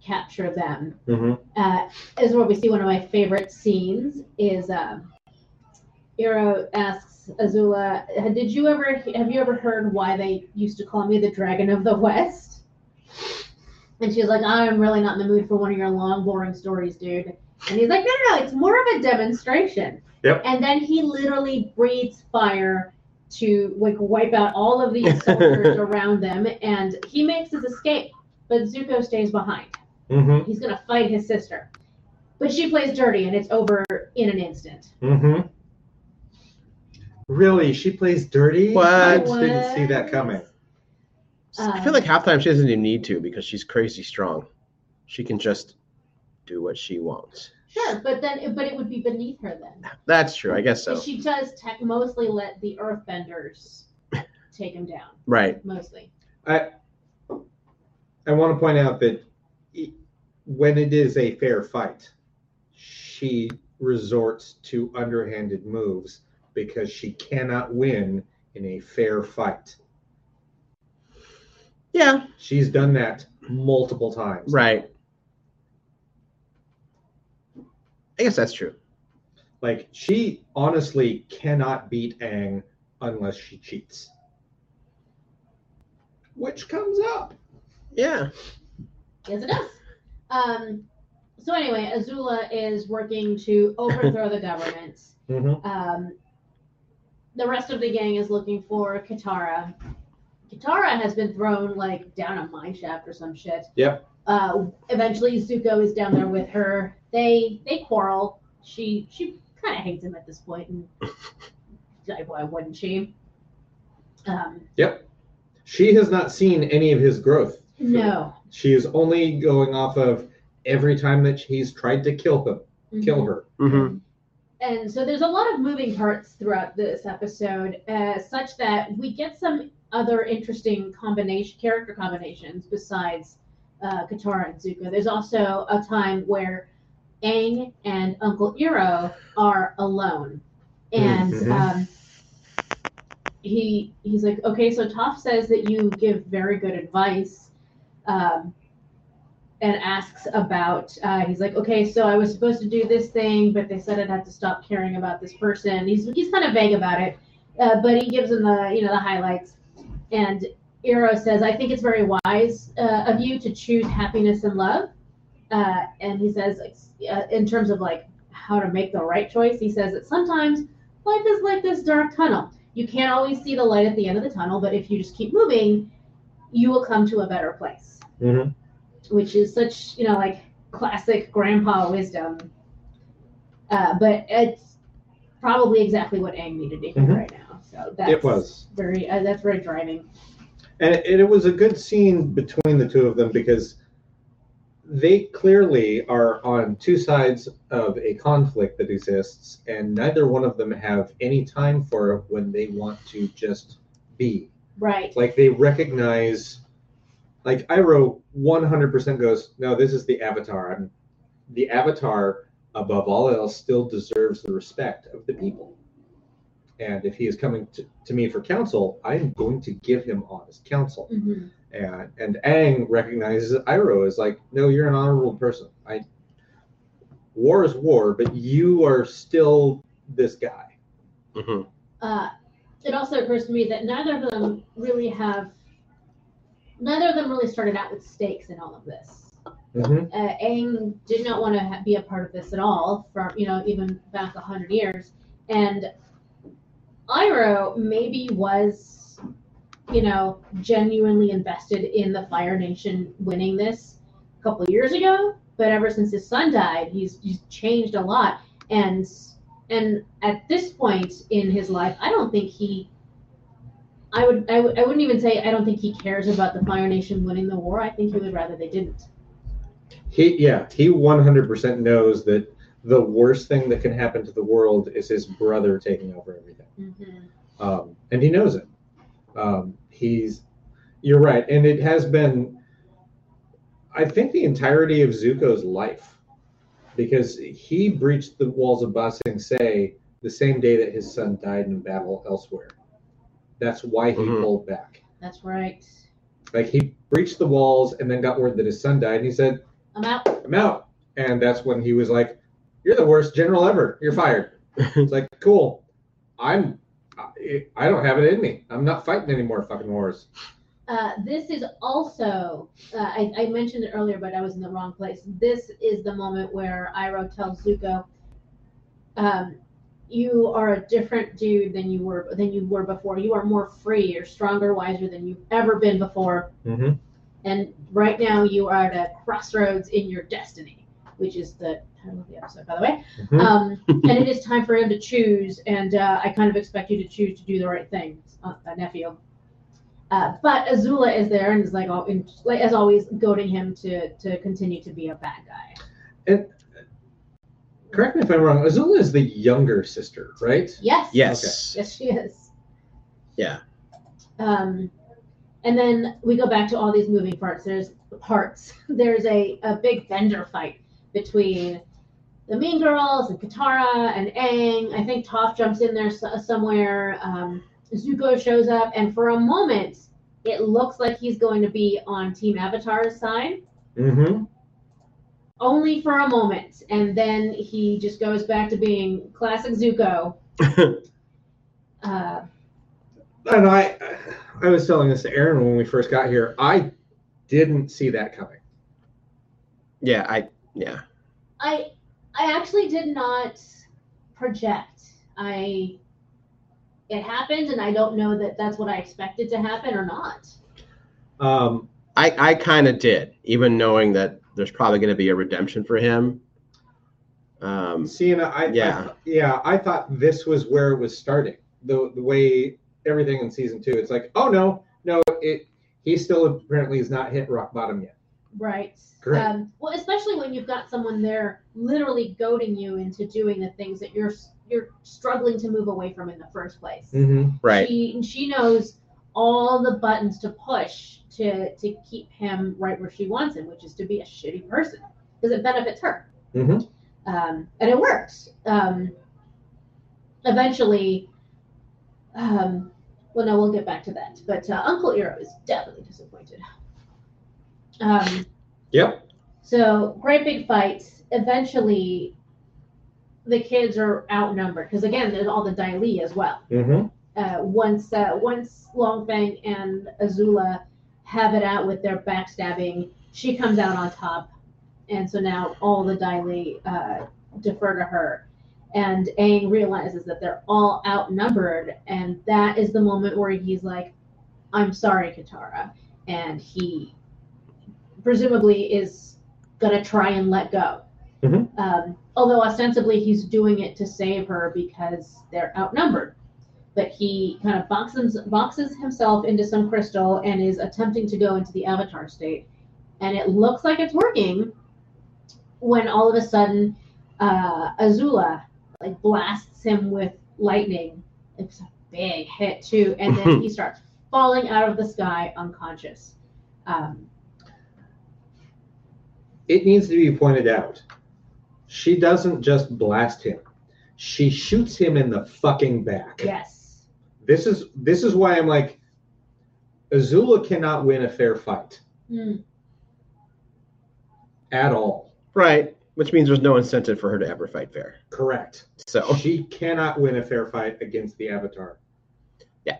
Speaker 3: capture them
Speaker 2: hmm
Speaker 3: uh, is where we see one of my favorite scenes is um, Iro asks Azula, "Did you ever have you ever heard why they used to call me the Dragon of the West?" And she's like, "I'm really not in the mood for one of your long, boring stories, dude." And he's like, "No, no, no, it's more of a demonstration."
Speaker 2: Yep.
Speaker 3: And then he literally breathes fire to like wipe out all of these soldiers around them, and he makes his escape, but Zuko stays behind.
Speaker 2: hmm
Speaker 3: He's gonna fight his sister. But she plays dirty and it's over in an instant.
Speaker 2: hmm Really, she plays dirty.
Speaker 4: What?
Speaker 2: I didn't see that coming.
Speaker 3: Um,
Speaker 4: I feel like half the time she doesn't even need to because she's crazy strong. She can just do what she wants.
Speaker 3: Sure, but then but it would be beneath her then.
Speaker 4: That's true. I guess
Speaker 3: So
Speaker 4: so.
Speaker 3: she does tech mostly let the earthbenders take him down.
Speaker 4: Right.
Speaker 3: Mostly.
Speaker 2: I want to point out that e- when it is a fair fight, she resorts to underhanded moves because she cannot win in a fair fight.
Speaker 4: Yeah.
Speaker 2: She's done that multiple times.
Speaker 4: Right. I guess that's true.
Speaker 2: Like she honestly cannot beat Aang unless she cheats. Which comes up.
Speaker 4: Yeah.
Speaker 3: Yes it does. Um so anyway, Azula is working to overthrow the government.
Speaker 2: Mm-hmm.
Speaker 3: Um, the rest of the gang is looking for Katara. Katara has been thrown like down a mine shaft or some shit.
Speaker 2: Yep.
Speaker 3: Uh, eventually, Zuko is down there with her. They they quarrel. She she kind of hates him at this point, and like, why wouldn't she? Um,
Speaker 2: She has not seen any of his growth.
Speaker 3: no.
Speaker 2: She is only going off of every time that he's tried to kill him, kill her.
Speaker 4: Mm-hmm.
Speaker 3: And so there's a lot of moving parts throughout this episode, uh, such that we get some other interesting combination character combinations besides uh, Katara and Zuko. There's also a time where Aang and Uncle Iro are alone, and
Speaker 2: Mhm.
Speaker 3: um, he he's like, okay, so Toph says that you give very good advice, um, and asks about. Uh, he's like, okay, so I was supposed to do this thing, but they said I'd have to stop caring about this person. He's he's kind of vague about it, uh, but he gives him the you know the highlights, and Iro says, I think it's very wise uh, of you to choose happiness and love. Uh, and he says, uh, in terms of like how to make the right choice, he says that sometimes life is like this dark tunnel. You can't always see the light at the end of the tunnel, but if you just keep moving, you will come to a better place.
Speaker 2: Mhm.
Speaker 3: Which is such, you know, like classic grandpa wisdom. Uh, but it's probably exactly what Aang needed to hear
Speaker 2: Mhm.
Speaker 3: right now. So that's
Speaker 2: It was.
Speaker 3: very uh, that's very driving.
Speaker 2: And it, it was a good scene between the two of them because they clearly are on two sides of a conflict that exists, and neither one of them have any time for it when they want to just be.
Speaker 3: Right.
Speaker 2: Like they recognize, like Iroh 100% goes, No, this is the avatar. I'm, the avatar, above all else, still deserves the respect of the people. And if he is coming to, to me for counsel, I'm going to give him honest counsel
Speaker 3: hmm
Speaker 2: and and Aang recognizes Iroh as like, no, you're an honorable person. I war is war, but you are still this guy.
Speaker 1: Mhm.
Speaker 4: Mm-hmm.
Speaker 3: Uh, it also occurs to me that neither of them really have, neither of them really started out with stakes in all of this.
Speaker 2: Mm-hmm.
Speaker 3: Uh, Aang did not want to ha- be a part of this at all, from you know even back a hundred years, and Iroh maybe was, you know, genuinely invested in the Fire Nation winning this a couple of years ago, but ever since his son died, he's, he's changed a lot, and and at this point in his life, I don't think he. I would, I would I wouldn't even say I don't think he cares about the Fire Nation winning the war. I think he would rather they didn't.
Speaker 2: He yeah, he 100% knows that the worst thing that can happen to the world is his brother taking over everything,
Speaker 3: Mm-hmm.
Speaker 2: um, and he knows it. Um, he's you're right, and it has been. I think the entirety of Zuko's life, because he breached the walls of Ba Sing Se the same day that his son died in battle elsewhere. That's why he
Speaker 1: Mhm.
Speaker 2: pulled back.
Speaker 3: That's right.
Speaker 2: Like he breached the walls and then got word that his son died, and he said,
Speaker 3: I'm out.
Speaker 2: "I'm out." And that's when he was like, "You're the worst general ever. You're fired." it's like, cool. I'm. I- I don't have it in me. I'm not fighting any more fucking wars.
Speaker 3: Uh, this is also, uh, I, I mentioned it earlier, but I was in the wrong place. This is the moment where Iroh tells Zuko, um, "You are a different dude than you were than you were before. You are more free. You're stronger, wiser than you've ever been before.
Speaker 2: Mm-hmm.
Speaker 3: And right now, you are at a crossroads in your destiny, which is the title of the episode, by the way.
Speaker 2: Mm-hmm.
Speaker 3: Um, and it is time for him to choose, and uh, I kind of expect you to choose to do the right thing, uh, uh, nephew. Uh, but Azula is there and is like, all, and, like as always, goading him to to continue to be a bad guy.
Speaker 2: correct me if I'm wrong, Azula is the younger sister, right?
Speaker 3: Yes.
Speaker 4: Yes.
Speaker 3: Yes, she is.
Speaker 4: Yeah.
Speaker 3: Um, and then we go back to all these moving parts. There's parts. There's a, a big vendor fight between the Mean Girls and Katara and Aang. I think Toph jumps in there s- somewhere. Um, Zuko shows up, and for a moment, it looks like he's going to be on Team Avatar's side,
Speaker 2: Mm-hmm.
Speaker 3: only for a moment, and then he just goes back to being classic Zuko. Uh,
Speaker 2: And I, I was telling this to Aaron when we first got here. I didn't see that coming.
Speaker 4: yeah, I yeah.
Speaker 3: I I actually did not project. I it happened, and I don't know that that's what I expected to happen or not.
Speaker 2: Um,
Speaker 4: I I kind of did, even knowing that there's probably going to be a redemption for him. Um,
Speaker 2: see, and I, I,
Speaker 4: Yeah.
Speaker 2: yeah, I thought this was where it was starting. The the way everything in season two, it's like, oh no, no, it. He still apparently has not hit rock bottom yet.
Speaker 3: Right.
Speaker 2: Correct.
Speaker 3: Um, well, especially when you've got someone there literally goading you into doing the things that you're you're struggling to move away from in the first place.
Speaker 2: Mm-hmm.
Speaker 4: right.
Speaker 3: She she knows all the buttons to push to to keep him right where she wants him, which is to be a shitty person because it benefits her.
Speaker 2: Mm-hmm.
Speaker 3: um, and it works. Um, eventually, um, well, no, we'll get back to that. But uh, Uncle Eero is definitely disappointed. Um,
Speaker 2: Yep.
Speaker 3: so great big fights. Eventually, the kids are outnumbered because again, there's all the Dai as well
Speaker 2: Mm-hmm.
Speaker 3: uh, once uh, once Longfang and Azula have it out with their backstabbing, she comes out on top, and so now all the Daily uh, defer to her. And Aang realizes that they're all outnumbered, and that is the moment where he's like, "I'm sorry, Katara," and he presumably is gonna try and let go.
Speaker 2: Mhm.
Speaker 3: Um, although ostensibly he's doing it to save her because they're outnumbered but he kind of boxes, boxes himself into some crystal and is attempting to go into the avatar state. And it looks like it's working when all of a sudden uh, Azula like blasts him with lightning. It's a big hit too, and then he starts falling out of the sky unconscious. Um,
Speaker 2: It needs to be pointed out. She doesn't just blast him. She shoots him in the fucking back.
Speaker 3: yes,
Speaker 2: This is this is why I'm like Azula cannot win a fair fight
Speaker 3: Hmm.
Speaker 2: at all.
Speaker 4: Right. Which means there's no incentive for her to ever fight fair.
Speaker 2: Correct.
Speaker 4: So
Speaker 2: She cannot win a fair fight against the Avatar.
Speaker 4: Yeah.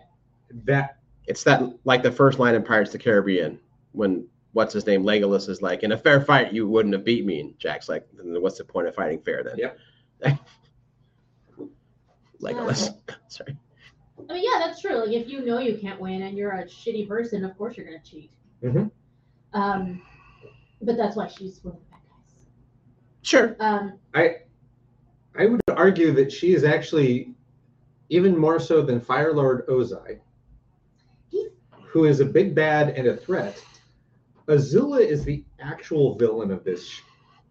Speaker 2: That
Speaker 4: it's that like the first line in Pirates of the Caribbean when what's his name Legolas is like, in a fair fight you wouldn't have beat me, and Jack's like, then what's the point of fighting fair then?
Speaker 2: Yep.
Speaker 4: Legolas. Sorry.
Speaker 3: I mean yeah, that's true. Like if you know you can't win and you're a shitty person, of course you're gonna cheat.
Speaker 2: Mhm.
Speaker 3: Um, but that's why she's one of the bad guys.
Speaker 4: Sure.
Speaker 3: Um,
Speaker 2: I would argue that she is actually even more so than Fire Lord Ozai, who is a big bad and a threat. Azula is the actual villain of this. sh-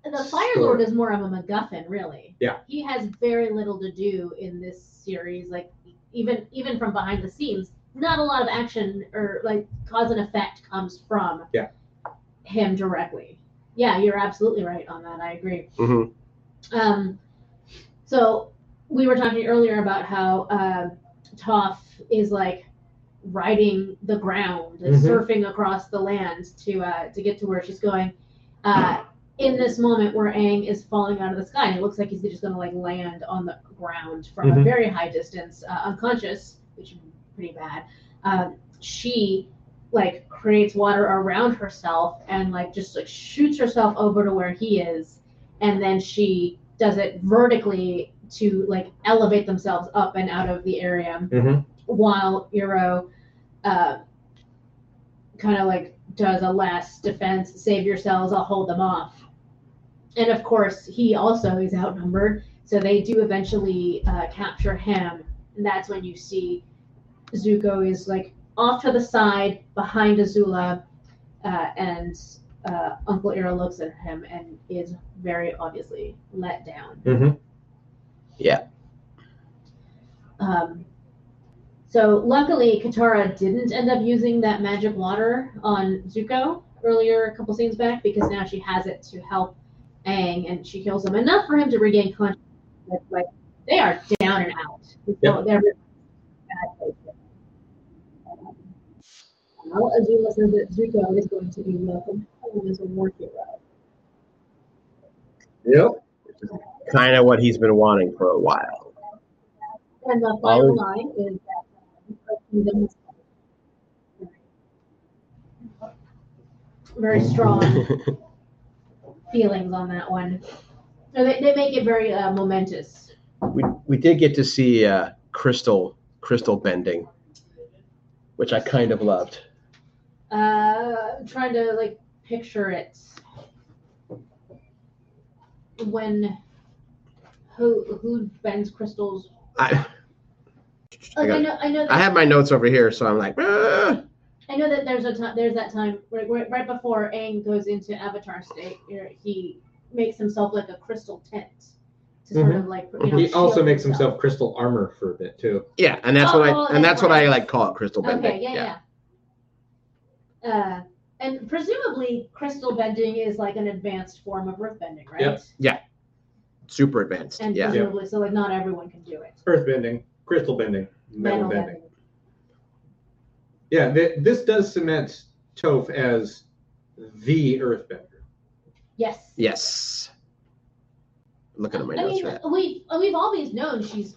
Speaker 3: the Fire
Speaker 2: Sure.
Speaker 3: Lord is more of a MacGuffin, really.
Speaker 2: Yeah.
Speaker 3: He has very little to do in this series. Like even even from behind the scenes, not a lot of action or like cause and effect comes from
Speaker 2: Yeah.
Speaker 3: him directly. Yeah, you're absolutely right on that. I agree.
Speaker 4: Mm-hmm.
Speaker 3: Um, so we were talking earlier about how uh, Toph is like riding the ground and
Speaker 2: Mhm.
Speaker 3: surfing across the land to uh, to get to where she's going. Uh, in this moment where Aang is falling out of the sky, and it looks like he's just gonna like land on the ground from a
Speaker 2: Mhm.
Speaker 3: very high distance, uh, unconscious, which is pretty bad. Um, she like creates water around herself and like just like shoots herself over to where he is and then she does it vertically to like elevate themselves up and out of the area
Speaker 4: Mm-hmm,
Speaker 3: while Euro uh, kind of like does a last defense, save yourselves, I'll hold them off. And of course, he also is outnumbered, so they do eventually uh, capture him. And that's when you see Zuko is like off to the side behind Azula, uh, and uh, Uncle Eero looks at him and is very obviously let down.
Speaker 4: mm-hmm. Yeah.
Speaker 3: Um, so luckily, Katara didn't end up using that magic water on Zuko earlier, a couple scenes back, because now she has it to help Aang, and she kills him enough for him to regain consciousness. Like they are down and out. So They're in bad places. Um, Now Azula says that Zuko is going to be welcomed home as a war hero.
Speaker 2: Yep.
Speaker 4: Kind of what he's been wanting for a while.
Speaker 3: And the final
Speaker 4: Oh.
Speaker 3: line is that um, the kingdom is very strong feelings on that one. So they, they make it very uh, momentous.
Speaker 4: we we did get to see uh, crystal crystal bending, which I kind of loved.
Speaker 3: Uh, I'm trying to like picture it when who who bends crystals?
Speaker 4: I I,
Speaker 3: Like I
Speaker 4: got-
Speaker 3: know I know
Speaker 4: I
Speaker 3: that,
Speaker 4: have my notes over here, so I'm like, "Ah."
Speaker 3: I know that there's a time there's that time right, right right before Aang goes into Avatar state, where he makes himself like a crystal tent to sort of like you know,
Speaker 2: He also
Speaker 3: shield
Speaker 2: makes himself crystal armor for a bit too.
Speaker 4: yeah, and that's what
Speaker 3: Oh,
Speaker 4: I and that's
Speaker 3: that's
Speaker 4: what I
Speaker 3: right.
Speaker 4: like call it crystal bending.
Speaker 3: Okay, yeah, yeah. Uh, and presumably, crystal bending is like an advanced form of earth bending, right?
Speaker 2: Yep.
Speaker 4: Yeah. super advanced.
Speaker 3: and
Speaker 4: yeah.
Speaker 3: presumably, so like not everyone can do it.
Speaker 2: Earth bending, crystal bending, metal,
Speaker 3: Metal
Speaker 2: bending.
Speaker 3: bending.
Speaker 2: Yeah, th- this does cement Toph as the earthbender.
Speaker 3: Yes.
Speaker 4: Yes. Looking at my
Speaker 3: I
Speaker 4: notes
Speaker 3: mean, uh,
Speaker 4: right.
Speaker 3: we've we've always known she's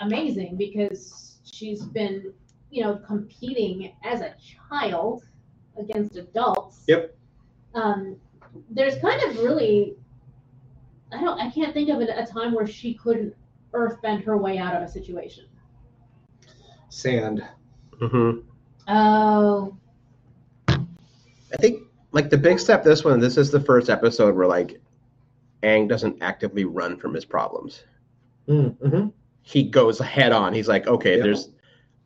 Speaker 3: amazing because she's been, you know, competing as a child against adults.
Speaker 2: Yep.
Speaker 3: Um, there's kind of really, I don't, I can't think of an, a time where she couldn't earthbend her way out of a situation.
Speaker 2: Sand.
Speaker 4: Mm-hmm.
Speaker 3: Oh,
Speaker 4: I think like the big step this one, this is the first episode where like Aang doesn't actively run from his problems.
Speaker 2: Mm-hmm.
Speaker 4: He goes head on. He's like, okay,
Speaker 2: Yeah.
Speaker 4: there's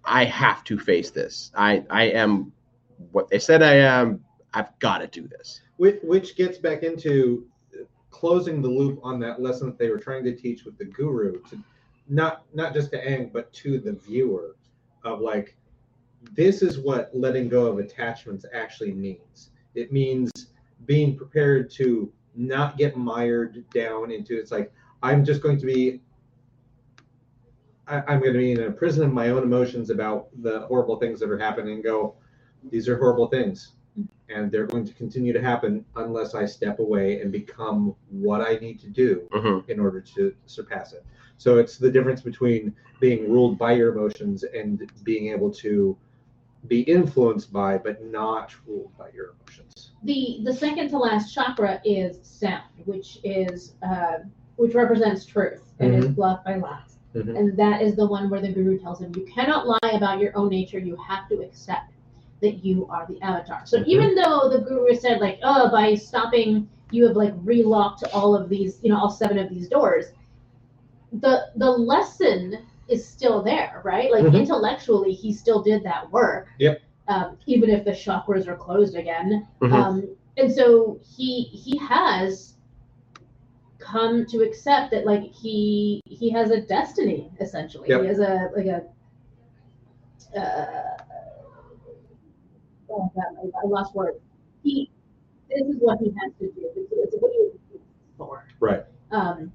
Speaker 4: I have to face this. I I am what they said I am. I've got to do this.
Speaker 2: Which, which gets back into closing the loop on that lesson that they were trying to teach with the guru to not not just to Aang, but to the viewer of like this is what letting go of attachments actually means. It means being prepared to not get mired down into it's like I'm just going to be I, I'm going to be in a prison of my own emotions about the horrible things that are happening and go these are horrible things and they're going to continue to happen unless I step away and become what I need to do
Speaker 4: Mm-hmm.
Speaker 2: in order to surpass it. So it's the difference between being ruled by your emotions and being able to be influenced by but not ruled by your emotions.
Speaker 3: the the second to last chakra is sound, which is uh, which represents truth and is bluff by lies.
Speaker 2: Mhm.
Speaker 3: And that is the one where the guru tells him, you cannot lie about your own nature. You have to accept that you are the avatar. So
Speaker 2: Mhm.
Speaker 3: even though the guru said, like, oh, by stopping, you have like relocked all of these, you know, all seven of these doors, the the lesson is still there, right? Like
Speaker 2: Mhm.
Speaker 3: intellectually, he still did that work.
Speaker 2: Yep. Mm-hmm.
Speaker 3: Um, even if the chakras are closed again,
Speaker 4: Mhm.
Speaker 3: um, and so he he has come to accept that like he he has a destiny essentially
Speaker 2: Yep.
Speaker 3: he has a like a uh, oh, God, I- I lost word he this is what he has to do it's, it's what he was born for
Speaker 2: Right.
Speaker 3: um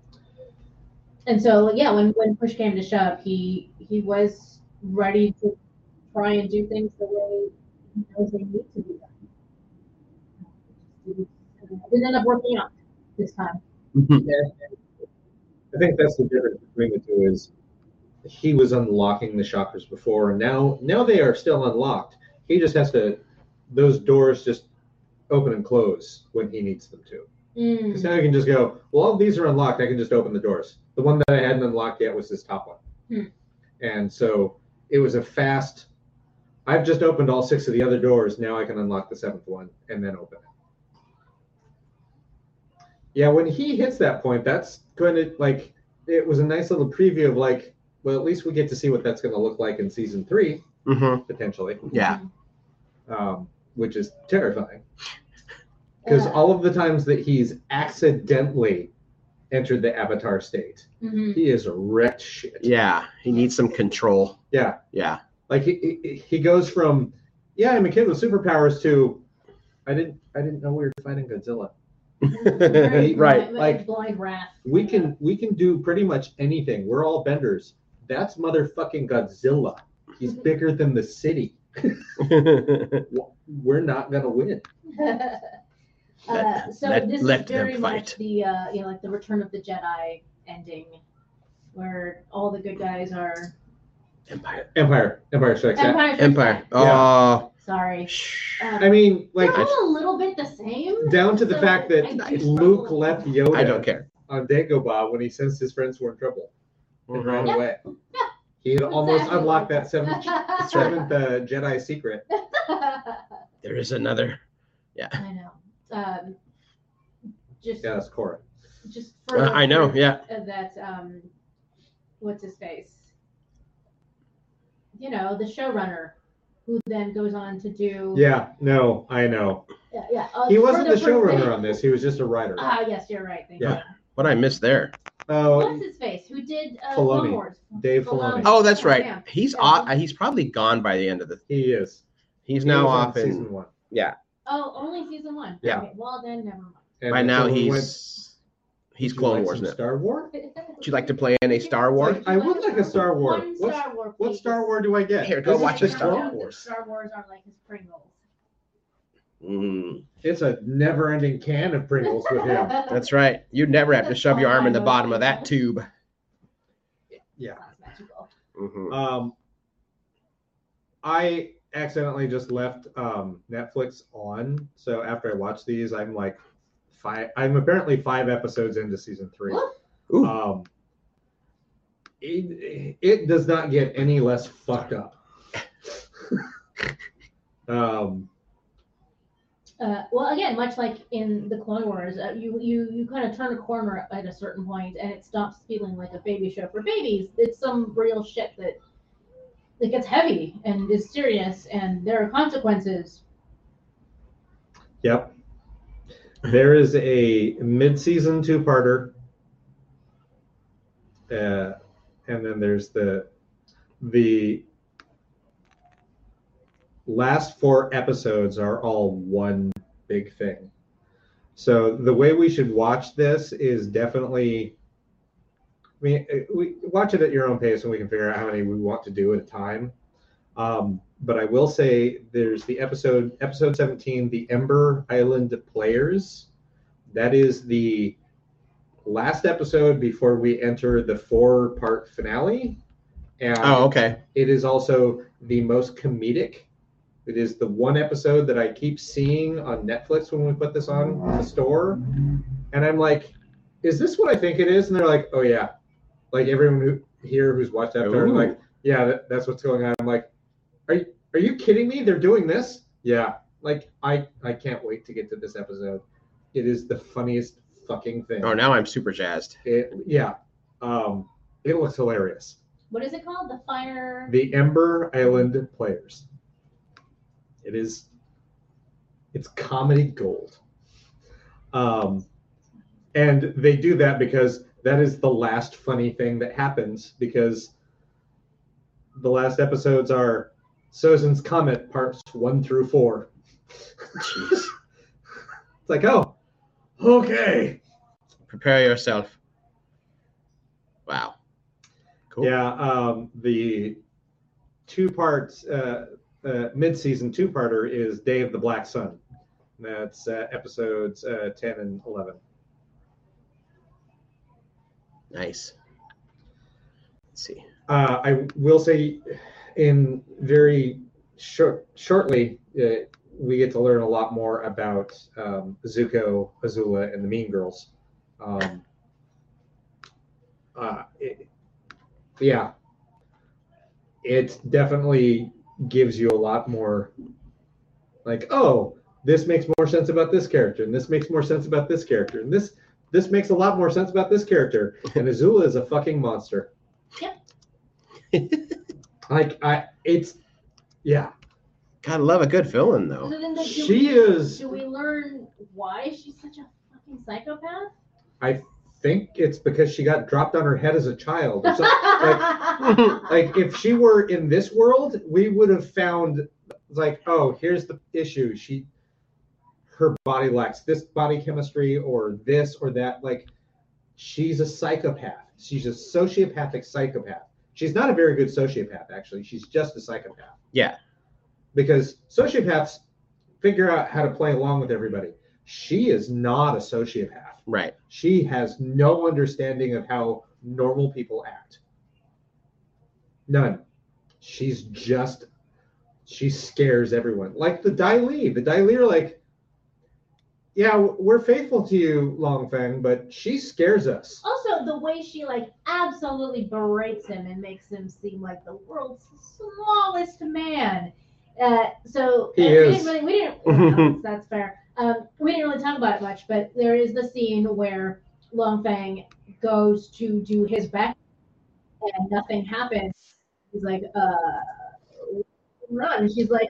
Speaker 3: and so yeah when when push came to shove he he was ready to try and do things the way he knows they need to be done Um, it didn't end up working out this time.
Speaker 4: Mhm.
Speaker 2: I think that's the difference between the two is he was unlocking the chakras before and now now they are still unlocked. He just has to those doors just open and close when he needs them to. Because now you can just go, well, all these are unlocked. I can just open the doors. The one that I hadn't unlocked yet was this top one.
Speaker 3: Hmm.
Speaker 2: And so it was a fast, I've just opened all six of the other doors. Now I can unlock the seventh one and then open it. Yeah, when he hits that point, that's going to, like, it was a nice little preview of, like, well, at least we get to see what that's going to look like in season three,
Speaker 4: Mhm.
Speaker 2: potentially,
Speaker 4: Yeah.
Speaker 2: um, which is terrifying. Because
Speaker 3: Uh,
Speaker 2: all of the times that he's accidentally entered the avatar state,
Speaker 3: mhm.
Speaker 2: he is a wrecked shit.
Speaker 4: Yeah. He needs some control.
Speaker 2: Yeah.
Speaker 4: Yeah.
Speaker 2: Like he, he he goes from, yeah, I'm a kid with superpowers to, I didn't I didn't know we were fighting Godzilla.
Speaker 1: Mm-hmm.
Speaker 3: Very
Speaker 4: Right,
Speaker 3: blind-
Speaker 2: like,
Speaker 3: blind wrath.
Speaker 2: We can we can do pretty much anything. We're all benders. That's motherfucking Godzilla. He's bigger than the city. We're not gonna win.
Speaker 3: uh, so
Speaker 4: let-
Speaker 3: this
Speaker 4: let
Speaker 3: is very
Speaker 4: them
Speaker 3: much
Speaker 4: fight.
Speaker 3: the uh, you know like the Return of the Jedi ending, where all the good guys are.
Speaker 4: Empire.
Speaker 2: Empire Empire Strikes Back.
Speaker 3: Empire.
Speaker 4: Empire.
Speaker 2: Yeah.
Speaker 4: Oh.
Speaker 3: Sorry.
Speaker 2: I mean, like
Speaker 3: They're all a little bit the same.
Speaker 2: down to the
Speaker 3: So
Speaker 2: fact that
Speaker 3: I do
Speaker 2: Luke
Speaker 3: struggle.
Speaker 2: left Yoda.
Speaker 4: I don't care.
Speaker 2: on Dagobah when he sensed his friends were in trouble and
Speaker 1: Mm-hmm.
Speaker 2: ran
Speaker 4: Mhm.
Speaker 2: away. He had almost
Speaker 3: Exactly.
Speaker 2: unlocked that seventh, seventh uh, Jedi secret.
Speaker 4: There is another.
Speaker 3: I know. Um, just
Speaker 2: Yeah, that's Korra.
Speaker 3: just for
Speaker 4: Uh, I know. Yeah.
Speaker 3: uh, that um what's his face you know the showrunner who then goes on to do
Speaker 2: Yeah, no, I know.
Speaker 3: yeah, yeah, uh,
Speaker 2: He wasn't the
Speaker 3: for first
Speaker 2: showrunner
Speaker 3: thing-
Speaker 2: on this. He was just a writer.
Speaker 3: ah yes you're right thank
Speaker 2: Yeah.
Speaker 3: you.
Speaker 4: What I missed there.
Speaker 2: Oh,
Speaker 3: what's his face who did uh,
Speaker 2: Filoni.
Speaker 3: Clone Wars
Speaker 2: Dave Filoni.
Speaker 4: Oh, that's right.
Speaker 3: Yeah.
Speaker 4: He's
Speaker 3: Yeah.
Speaker 4: off, he's probably gone by the end of the.
Speaker 2: he is.
Speaker 4: He's
Speaker 2: He
Speaker 4: now
Speaker 2: was on
Speaker 4: off in.
Speaker 2: season one.
Speaker 3: oh only season one
Speaker 4: Yeah.
Speaker 3: okay, well then never mind
Speaker 2: And
Speaker 4: By now
Speaker 2: so we
Speaker 4: he's
Speaker 2: went-
Speaker 4: He's
Speaker 2: Would you
Speaker 4: Clone
Speaker 2: like
Speaker 4: Wars
Speaker 2: some
Speaker 4: now.
Speaker 2: Star Wars?
Speaker 4: Would you like to play in a Star Wars?
Speaker 2: I would like a Star War.
Speaker 3: One
Speaker 2: What's-
Speaker 3: Star War,
Speaker 2: What
Speaker 3: please.
Speaker 2: Star Wars do I get?
Speaker 4: Here, go
Speaker 2: This is
Speaker 4: watch
Speaker 2: the
Speaker 4: a Star
Speaker 2: Clone
Speaker 3: Wars.
Speaker 2: Wars.
Speaker 3: Star Wars are like his Pringles.
Speaker 4: Mm,
Speaker 2: It's a never-ending can of Pringles with him.
Speaker 4: that's right. You'd never have to shove your arm in the bottom of that tube.
Speaker 2: Yeah.
Speaker 3: That's magical.
Speaker 4: Mhm.
Speaker 2: Um, I accidentally just left um, Netflix on, so after I watch these, I'm like five. I'm apparently five episodes into season three.
Speaker 3: Woo.
Speaker 4: Ooh.
Speaker 2: Um, it, it does not get any less fucked up. um,
Speaker 3: Uh, well, again, much like in the Clone Wars, uh, you you you kind of turn a corner at a certain point, and it stops feeling like a baby show for babies. It's some real shit that that gets heavy and is serious, and there are consequences.
Speaker 2: Yep. There is a mid-season two-parter, uh, and then there's the the last four episodes are all one big thing. So the way we should watch this is definitely. I mean, uh, we watch it at your own pace, and we can figure out how many we want to do at a time. Um, but I will say there's the episode episode 17, the Ember Island Players. That is the last episode before we enter the four part finale. And
Speaker 4: Oh, okay.
Speaker 2: it is also the most comedic. It is the one episode that I keep seeing on Netflix when we put this on the store. And I'm like, is this what I think it is? And they're like, oh, yeah. Like everyone who, here who's watched that, they're
Speaker 4: Ooh.
Speaker 2: like, yeah, that, that's what's going on. I'm like, are you, are you kidding me? They're doing this? Yeah. Like, I, I can't wait to get to this episode. It is the funniest fucking thing.
Speaker 4: Oh, now I'm super jazzed.
Speaker 2: It, yeah. Um, it looks hilarious.
Speaker 3: What is it called? The fire.
Speaker 2: The Ember Island Players. It is. It's comedy gold. Um, and they do that because that is the last funny thing that happens because the last episodes are Sozin's Comet parts one through four.
Speaker 4: Jeez.
Speaker 2: It's like, oh, okay.
Speaker 4: Prepare yourself. Wow. Cool.
Speaker 2: Yeah, um, the two parts, uh, uh, mid season two parter is Day of the Black Sun. That's uh, episodes uh, 10 and 11.
Speaker 4: Nice. Let's see.
Speaker 2: Uh, I will say, in very short, shortly, uh, we get to learn a lot more about um, Zuko, Azula, and the Mean Girls. Um, uh, it- yeah, it definitely gives you a lot more, like, oh, this makes more sense about this character, and this makes more sense about this character, and this this makes a lot more sense about this character. And Azula is a fucking monster like I it's yeah
Speaker 4: Gotta love a good villain,
Speaker 3: So
Speaker 4: though.
Speaker 3: then, like, do,
Speaker 2: she is
Speaker 3: do we learn why she's such a fucking psychopath?
Speaker 2: I think it's because she got dropped on her head as a child or something. like if she were in this world we would have found like oh here's the issue she her body lacks this body chemistry or this or that like she's a psychopath she's a sociopathic psychopath she's not a very good sociopath actually she's just a psychopath
Speaker 4: Yeah.
Speaker 2: because sociopaths figure out how to play along with everybody she is not a sociopath
Speaker 4: Right.
Speaker 2: she has no understanding of how normal people act. None. She's just she scares everyone. Like the Dai Li. The Dai Li are like, yeah, we're faithful to you, Longfang, but she scares us.
Speaker 3: Also, the way she like absolutely berates him and makes him seem like the world's smallest man. Uh, so
Speaker 2: He
Speaker 3: and we
Speaker 2: is.
Speaker 3: didn't really, we didn't. well, that's- that's fair. Um, we didn't really talk about it much, but there is the scene where Long Fang goes to do his back, and nothing happens. He's like, uh, run. She's like,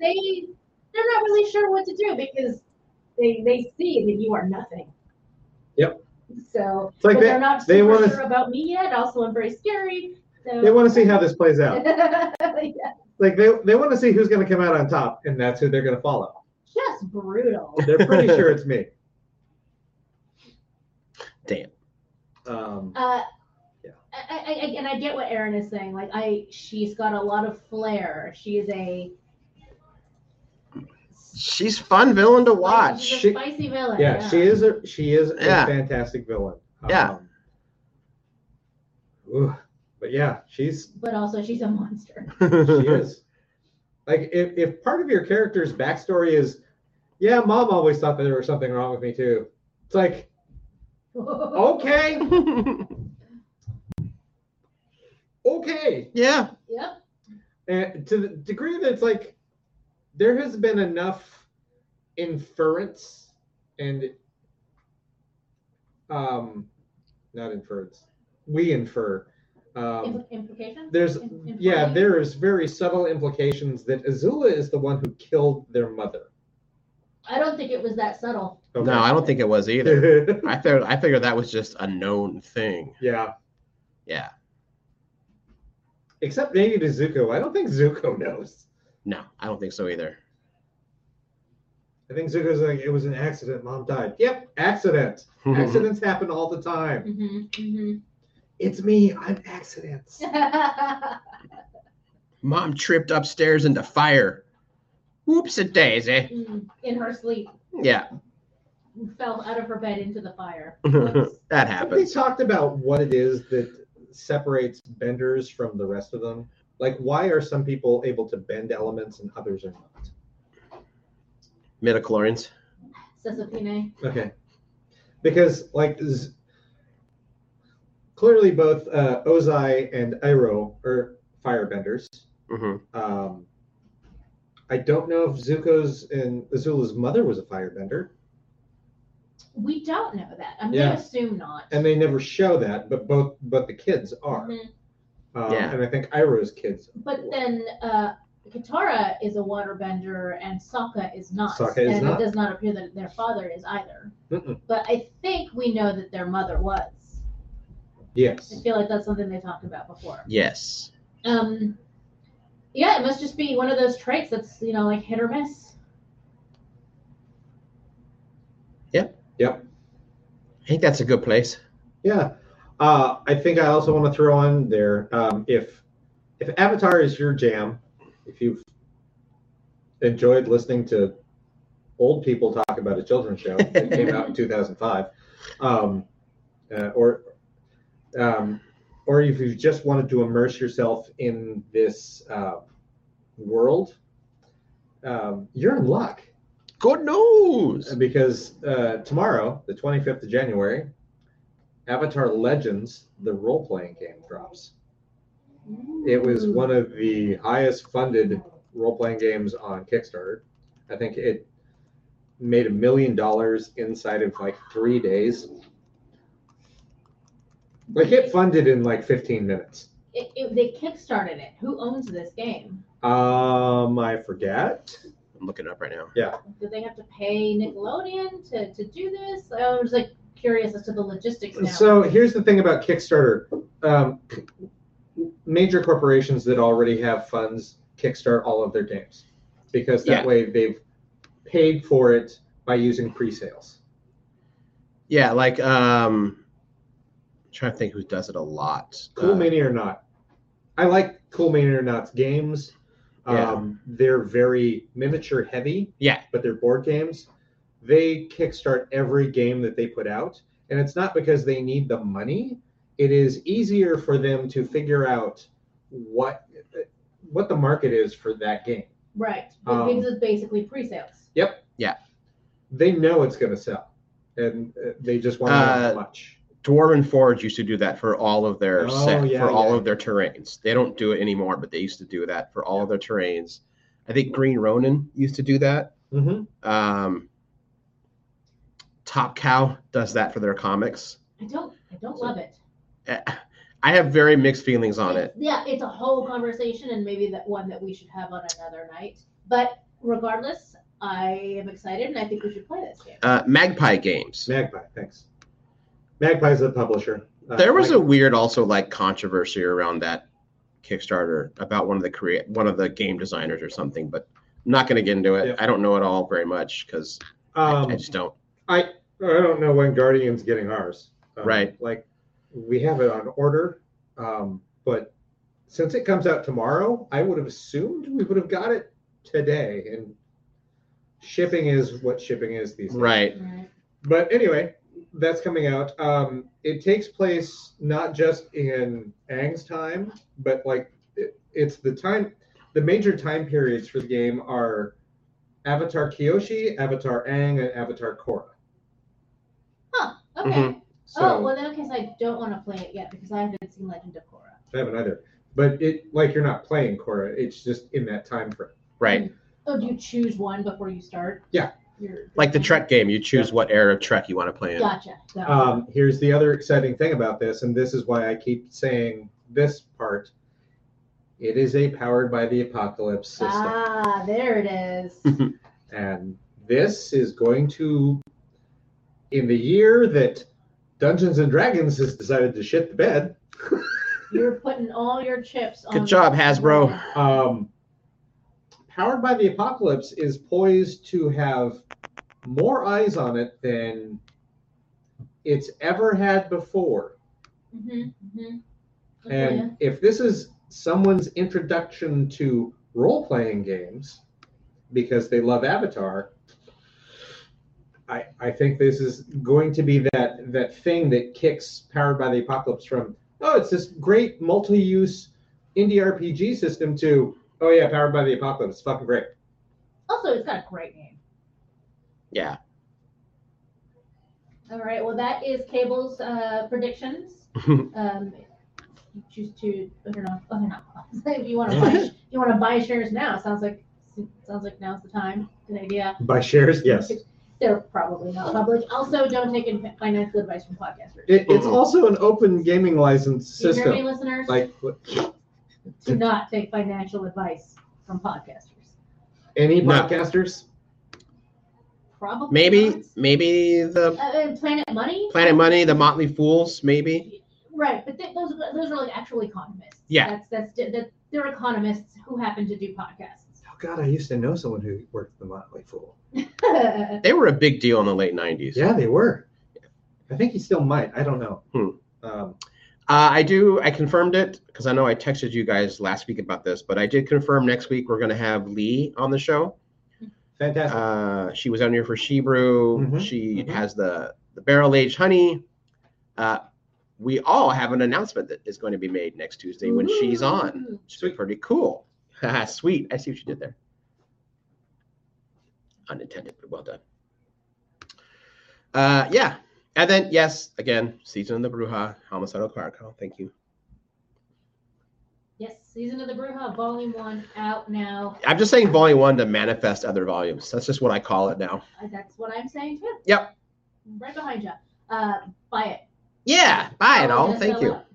Speaker 3: they, they're not really sure what to do because they, they see that you are nothing.
Speaker 2: Yep.
Speaker 3: So
Speaker 2: It's like
Speaker 3: but
Speaker 2: they,
Speaker 3: they're not
Speaker 2: they
Speaker 3: super
Speaker 2: wanna-
Speaker 3: sure about me yet. Also, I'm very scary. So.
Speaker 2: they want to see how this plays out.
Speaker 3: yeah.
Speaker 2: Like they, they want to see who's gonna come out on top, and that's who they're gonna follow.
Speaker 3: Just brutal.
Speaker 2: They're pretty sure it's me.
Speaker 1: Damn.
Speaker 2: Um,
Speaker 3: Uh,
Speaker 2: Yeah.
Speaker 3: I, I, I- and I get what Erin is saying. Like, I, she's got a lot of flair. She is a
Speaker 1: She's fun villain to
Speaker 3: like,
Speaker 1: watch.
Speaker 3: she's a
Speaker 2: She-
Speaker 3: spicy villain.
Speaker 2: yeah, she is a she is a
Speaker 1: Yeah.
Speaker 2: fantastic villain. Um,
Speaker 1: Yeah.
Speaker 2: ooh, but yeah, she's
Speaker 3: But also, she's a monster.
Speaker 2: she is. Like if, if part of your character's backstory is, yeah, mom always thought that there was something wrong with me too. It's like, okay, okay.
Speaker 1: yeah.
Speaker 3: Yep.
Speaker 2: And to the degree that it's like there has been enough inference and um not inference. We infer. Um,
Speaker 3: Impl- implication?
Speaker 2: there's
Speaker 3: Im- implication?
Speaker 2: yeah, there is very subtle implications that Azula is the one who killed their mother.
Speaker 3: I don't think it was that subtle.
Speaker 1: No, I don't think it was either.
Speaker 2: don't
Speaker 1: I figured I figured that was just a known thing.
Speaker 2: yeah.
Speaker 1: Yeah.
Speaker 2: Except maybe to Zuko. I don't think Zuko knows.
Speaker 1: No, I don't think so either.
Speaker 2: I think Zuko's like, it was an accident. Mom died. Yep, accident. Accidents happen all the time.
Speaker 3: hmm hmm
Speaker 2: It's me. I'm accidents.
Speaker 3: mm-hmm.
Speaker 1: Mom tripped upstairs into fire. Whoops a daisy.
Speaker 3: In her sleep,
Speaker 1: Yeah.
Speaker 3: fell out of her bed into the fire.
Speaker 1: that
Speaker 3: Whoops.
Speaker 2: Have they
Speaker 1: happens.
Speaker 2: talked about what it is that separates benders from the rest of them? Like, why are some people able to bend elements and others are not?
Speaker 1: Midichlorians.
Speaker 3: Sesapine.
Speaker 2: Okay. Because, like, z- clearly both uh, Ozai and Iroh are firebenders.
Speaker 1: hmm
Speaker 2: Um, I don't know if Zuko's and Azula's mother was a firebender,
Speaker 3: We don't know that. I'm
Speaker 2: Yeah.
Speaker 3: gonna assume not.
Speaker 2: and they never show that, but both but the kids are.
Speaker 3: Mhm.
Speaker 2: Um,
Speaker 1: Yeah.
Speaker 2: And I think Iroh's kids.
Speaker 3: But then uh, Katara is a waterbender and Sokka is not.
Speaker 2: Sokka is
Speaker 3: and
Speaker 2: not.
Speaker 3: it does not appear that their father is either.
Speaker 2: Mm-mm.
Speaker 3: But I think we know that their mother was.
Speaker 2: Yes.
Speaker 3: I feel like that's something they talked about before.
Speaker 1: Yes.
Speaker 3: Um, yeah, it must just be one of those traits that's you know like hit or miss.
Speaker 1: I think that's a good place.
Speaker 2: Yeah. Uh, I think I also want to throw in there um, if if Avatar is your jam, if you've enjoyed listening to old people talk about a children's show that came out in 2005, um, uh, or um, or if you've just wanted to immerse yourself in this uh, world, um, you're in luck
Speaker 1: Good news.
Speaker 2: because uh, tomorrow, the 25th of January, Avatar Legends, the role playing game, drops. It was
Speaker 3: Mm.
Speaker 2: one of the highest funded role playing games on Kickstarter. I think it made a million dollars inside of like three days. Like it funded in like 15 minutes.
Speaker 3: It, it, they kickstarted it. Who owns this game?
Speaker 2: Um, I forget.
Speaker 1: I'm looking it up right now.
Speaker 3: Did they have to pay Nickelodeon to, to do this? I was like curious as to the logistics now.
Speaker 2: So here's the thing about Kickstarter. Um, c- major corporations that already have funds kickstart all of their games because that
Speaker 1: Yeah.
Speaker 2: way they've paid for it by using pre-sales.
Speaker 1: Yeah, like um I'm trying to think who does it a lot.
Speaker 2: Cool
Speaker 1: Uh,
Speaker 2: Mania or not, I like Cool Mania or not's games.
Speaker 1: Yeah.
Speaker 2: Um, they're very miniature heavy,
Speaker 1: Yeah.
Speaker 2: but they're board games. They kickstart every game that they put out, and it's not because they need the money. It is easier for them to figure out what what the market is for that game.
Speaker 3: right,
Speaker 2: Um,
Speaker 3: because it's basically pre-sales.
Speaker 2: They know it's going to sell, and uh, they just want to know
Speaker 1: Uh,
Speaker 2: how much.
Speaker 1: Dwarven Forge used to do that for all of their
Speaker 2: Oh,
Speaker 1: set,
Speaker 2: yeah,
Speaker 1: for all
Speaker 2: yeah.
Speaker 1: of their terrains. They don't do it anymore, but they used to do that for all of their terrains. I think Green Ronin used to do that.
Speaker 2: hmm
Speaker 1: Um, Top Cow does that for their comics.
Speaker 3: I don't, I don't love it.
Speaker 1: Eh, I have very mixed feelings on
Speaker 3: It's-
Speaker 1: it.
Speaker 3: Yeah, it's a whole conversation and maybe that one that we should have on another night. But regardless, I am excited and I think we should play this game.
Speaker 1: Uh, Magpie Games.
Speaker 2: Magpie, thanks. Magpie's the publisher. Uh,
Speaker 1: There was
Speaker 2: Mike-
Speaker 1: a weird, also like controversy around that Kickstarter about one of the create one of the game designers or something, but I'm not going to get into it.
Speaker 2: Yeah.
Speaker 1: I don't know it all very much because I,
Speaker 2: Um,
Speaker 1: just don't.
Speaker 2: I don't know when Guardian's getting ours. Um,
Speaker 1: Right.
Speaker 2: Like we have it on order, um, but since it comes out tomorrow, I would have assumed we would have got it today. And shipping is what shipping is these days.
Speaker 1: Right.
Speaker 3: Right.
Speaker 2: But anyway, that's coming out. Um, it takes place not just in Aang's time, but like it, it's the time. The major time periods for the game are Avatar Kyoshi, Avatar Aang, and Avatar Korra.
Speaker 3: Okay.
Speaker 1: Mhm.
Speaker 2: So,
Speaker 3: oh well, in that case, I don't want to play it yet because I haven't seen Legend of Korra.
Speaker 2: I haven't either. But it like you're not playing Korra. It's just in that time frame.
Speaker 1: Right.
Speaker 3: Oh, do you choose one before you start?
Speaker 2: Yeah.
Speaker 3: You're,
Speaker 1: Like the Trek game, you choose what era of Trek you want to play in.
Speaker 3: Gotcha. gotcha.
Speaker 2: Um, here's the other exciting thing about this, and this is why I keep saying this part. It is a powered by the apocalypse system,
Speaker 3: ah, there it is.
Speaker 2: and this is going to, in the year that Dungeons and Dragons has decided to shit the bed,
Speaker 3: You're putting all your chips on.
Speaker 1: Good job, Hasbro.
Speaker 2: um, powered by the apocalypse is poised to have more eyes on it than it's ever had before.
Speaker 3: Mhm, mhm. Okay.
Speaker 2: And if this is someone's introduction to role playing games because they love Avatar, I, I think this is going to be that, that thing that kicks Powered by the Apocalypse from, oh, it's this great multi use indie RPG system to, oh, yeah, Powered by the Apocalypse. It's fucking great.
Speaker 3: also, it's got a great name.
Speaker 1: Yeah.
Speaker 3: All right. Well, that is Cable's uh, predictions. Um, you choose to. I don't know. Oh, they're not. paused. if you want to buy, you want to buy shares now. Sounds like sounds like now's the time. Good idea.
Speaker 2: By shares? Yes.
Speaker 3: They're probably not public. Also, don't take in financial advice from podcasters.
Speaker 2: It, it's
Speaker 1: Mhm.
Speaker 2: also an open gaming license
Speaker 3: Do you hear me,
Speaker 2: system.
Speaker 3: listeners?
Speaker 2: Like,
Speaker 3: Do not take financial advice from podcasters.
Speaker 2: any
Speaker 1: No.
Speaker 2: podcasters?
Speaker 3: Probably.
Speaker 1: Maybe
Speaker 3: not.
Speaker 1: maybe the
Speaker 3: Uh, and Planet Money.
Speaker 1: Planet Money, the Motley Fools, maybe.
Speaker 3: Right, but th- those those are like actual economists.
Speaker 1: Yeah.
Speaker 3: That's that's di- that they're economists who happen to do podcasts.
Speaker 2: Oh, God, I used to know someone who worked at the Motley Fool.
Speaker 1: They were a big deal in the late nineties.
Speaker 2: Yeah, they were. I think he still might. I don't know.
Speaker 1: Hmm.
Speaker 2: Um,
Speaker 1: Uh, I do. I confirmed it because I know I texted you guys last week about this, but I did confirm next week we're going to have Lee on the show.
Speaker 2: fantastic.
Speaker 1: Uh, she was on here for Shebrew.
Speaker 2: Mhm,
Speaker 1: She
Speaker 2: mhm.
Speaker 1: has the the barrel aged honey. Uh, we all have an announcement that is going to be made next Tuesday when she's on.
Speaker 3: Ooh.
Speaker 1: She's pretty cool. Haha, Sweet. I see what you did there. Unintended, but well done. Uh, yeah. And then, yes, again, season of the Bruja, homicidal car call. Thank you.
Speaker 3: Yes, season of the Bruja, volume one out now.
Speaker 1: I'm just saying volume one to manifest other volumes. That's just what I call it now.
Speaker 3: Uh, That's what I'm saying too.
Speaker 1: Yep.
Speaker 3: Right behind you. Uh, buy it.
Speaker 1: Yeah, buy it
Speaker 3: Oh,
Speaker 1: all.
Speaker 3: that's
Speaker 1: Thank
Speaker 3: all
Speaker 1: you.
Speaker 3: up.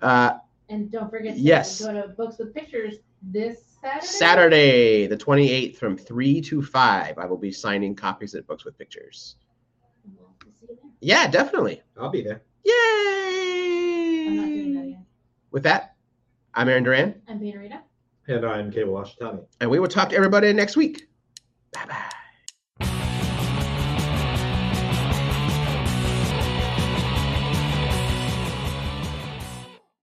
Speaker 1: Uh,
Speaker 3: And don't forget to
Speaker 1: Yes.
Speaker 3: go to Books with Pictures this Saturday.
Speaker 1: Saturday, the 28th, from 3 to 5, I will be signing copies at Books with Pictures.
Speaker 3: We'll have to see you there.
Speaker 1: Yeah, definitely.
Speaker 2: I'll be there.
Speaker 3: I'm not doing that
Speaker 1: Yay!
Speaker 3: yet.
Speaker 1: With that, I'm Aaron Duran,
Speaker 3: I'm being Rita.
Speaker 2: And I'm Cable Washitani.
Speaker 1: and we will talk to everybody next week.